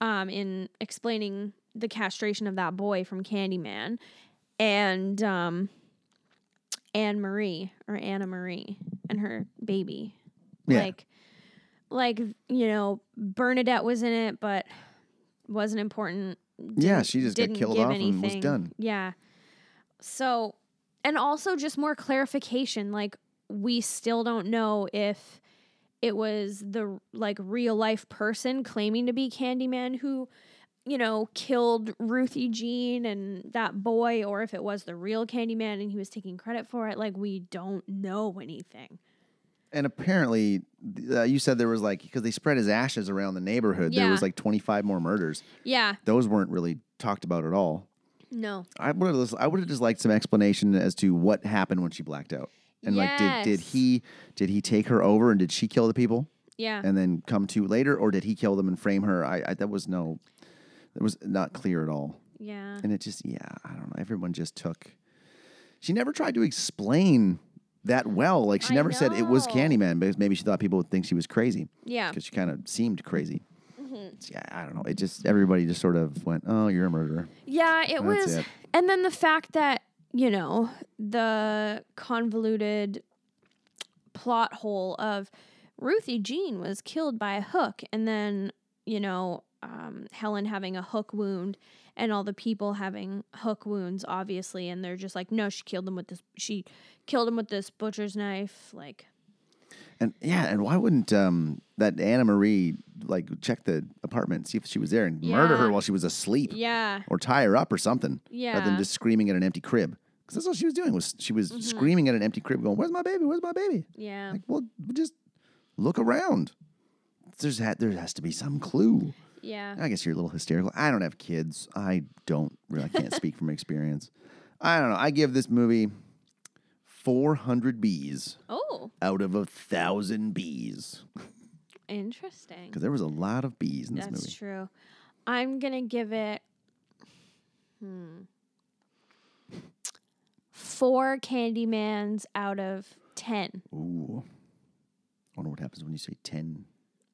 [SPEAKER 2] um, in explaining the castration of that boy from Candyman and um, Anne Marie or Anna Marie and her baby.
[SPEAKER 1] Yeah.
[SPEAKER 2] Like like you know Bernadette was in it but wasn't important
[SPEAKER 1] yeah, she just got
[SPEAKER 2] didn't
[SPEAKER 1] killed
[SPEAKER 2] give
[SPEAKER 1] off
[SPEAKER 2] anything.
[SPEAKER 1] and was done.
[SPEAKER 2] Yeah. So, and also just more clarification. Like, we still don't know if it was the like real life person claiming to be Candyman who, you know, killed Ruthie Jean and that boy, or if it was the real Candyman and he was taking credit for it. Like, we don't know anything.
[SPEAKER 1] And apparently, th- uh, you said there was like because they spread his ashes around the neighborhood. There
[SPEAKER 2] Yeah.
[SPEAKER 1] was like twenty five more murders.
[SPEAKER 2] Yeah.
[SPEAKER 1] Those weren't really talked about at all.
[SPEAKER 2] No.
[SPEAKER 1] I would have. I would have just liked some explanation as to what happened when she blacked out. And like, did did
[SPEAKER 2] Yes.
[SPEAKER 1] he did he take her over and did she kill the people
[SPEAKER 2] Yeah.
[SPEAKER 1] and then come to later, or did he kill them and frame her? I, I that was no, that was not clear at all.
[SPEAKER 2] yeah.
[SPEAKER 1] And it just, yeah, I don't know. Everyone just took. She never tried to explain that well. Like she
[SPEAKER 2] I
[SPEAKER 1] never said it was
[SPEAKER 2] know.
[SPEAKER 1] Candyman, because maybe she thought people would think she was crazy
[SPEAKER 2] Yeah.
[SPEAKER 1] because she kind of seemed crazy.
[SPEAKER 2] Mm-hmm.
[SPEAKER 1] Yeah, I don't know. It just everybody just sort of went, "Oh, you're a murderer."
[SPEAKER 2] Yeah,
[SPEAKER 1] That's
[SPEAKER 2] it was.
[SPEAKER 1] it.
[SPEAKER 2] And then the fact that, you know, the convoluted plot hole of Ruthie Jean was killed by a hook, and then, you know, um, Helen having a hook wound, and all the people having hook wounds, obviously, and they're just like, no, she killed them with this, she killed him with this butcher's knife. Like,
[SPEAKER 1] And yeah, and why wouldn't um that Anna Marie like check the apartment, see if she was there, and murder
[SPEAKER 2] Yeah.
[SPEAKER 1] her while she was asleep,
[SPEAKER 2] yeah,
[SPEAKER 1] or tie her up or something, rather
[SPEAKER 2] Yeah. Mm-hmm.
[SPEAKER 1] than just screaming at an empty crib? Because that's all she was doing was she was screaming at an empty crib, going, "Where's my baby? Where's my baby?"
[SPEAKER 2] yeah.
[SPEAKER 1] Like, well, just look around. There's ha- there has to be some clue.
[SPEAKER 2] yeah.
[SPEAKER 1] I guess you're a little hysterical. I don't have kids. I don't really. I can't speak from experience. I don't know. I give this movie 400 bees
[SPEAKER 2] Oh,
[SPEAKER 1] out of a thousand bees
[SPEAKER 2] interesting.
[SPEAKER 1] because there was a lot of bees in this
[SPEAKER 2] That's
[SPEAKER 1] movie.
[SPEAKER 2] true. I'm gonna give it hmm, four Candymans out of ten.
[SPEAKER 1] Ooh. I wonder what happens when you say 10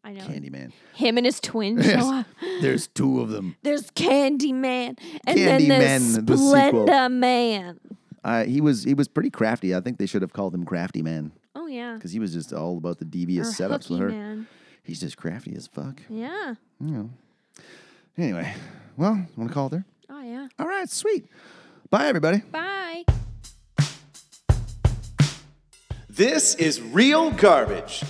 [SPEAKER 2] I know
[SPEAKER 1] Candyman.
[SPEAKER 2] him and his twin
[SPEAKER 1] Yes.
[SPEAKER 2] show up.
[SPEAKER 1] There's two of them.
[SPEAKER 2] There's Candyman, and then there's
[SPEAKER 1] Candyman, the sequel.
[SPEAKER 2] Splenda Man.
[SPEAKER 1] Uh, he was he was pretty crafty. I think they should have called him Crafty Man
[SPEAKER 2] Oh yeah,
[SPEAKER 1] because he was just all about the devious
[SPEAKER 2] Or
[SPEAKER 1] setups with
[SPEAKER 2] Hooky
[SPEAKER 1] her.
[SPEAKER 2] Man.
[SPEAKER 1] He's just crafty as fuck.
[SPEAKER 2] Yeah.
[SPEAKER 1] You know. Anyway, well, want to call it there?
[SPEAKER 2] Oh yeah.
[SPEAKER 1] All right, sweet. Bye, everybody.
[SPEAKER 2] Bye.
[SPEAKER 4] This is real garbage.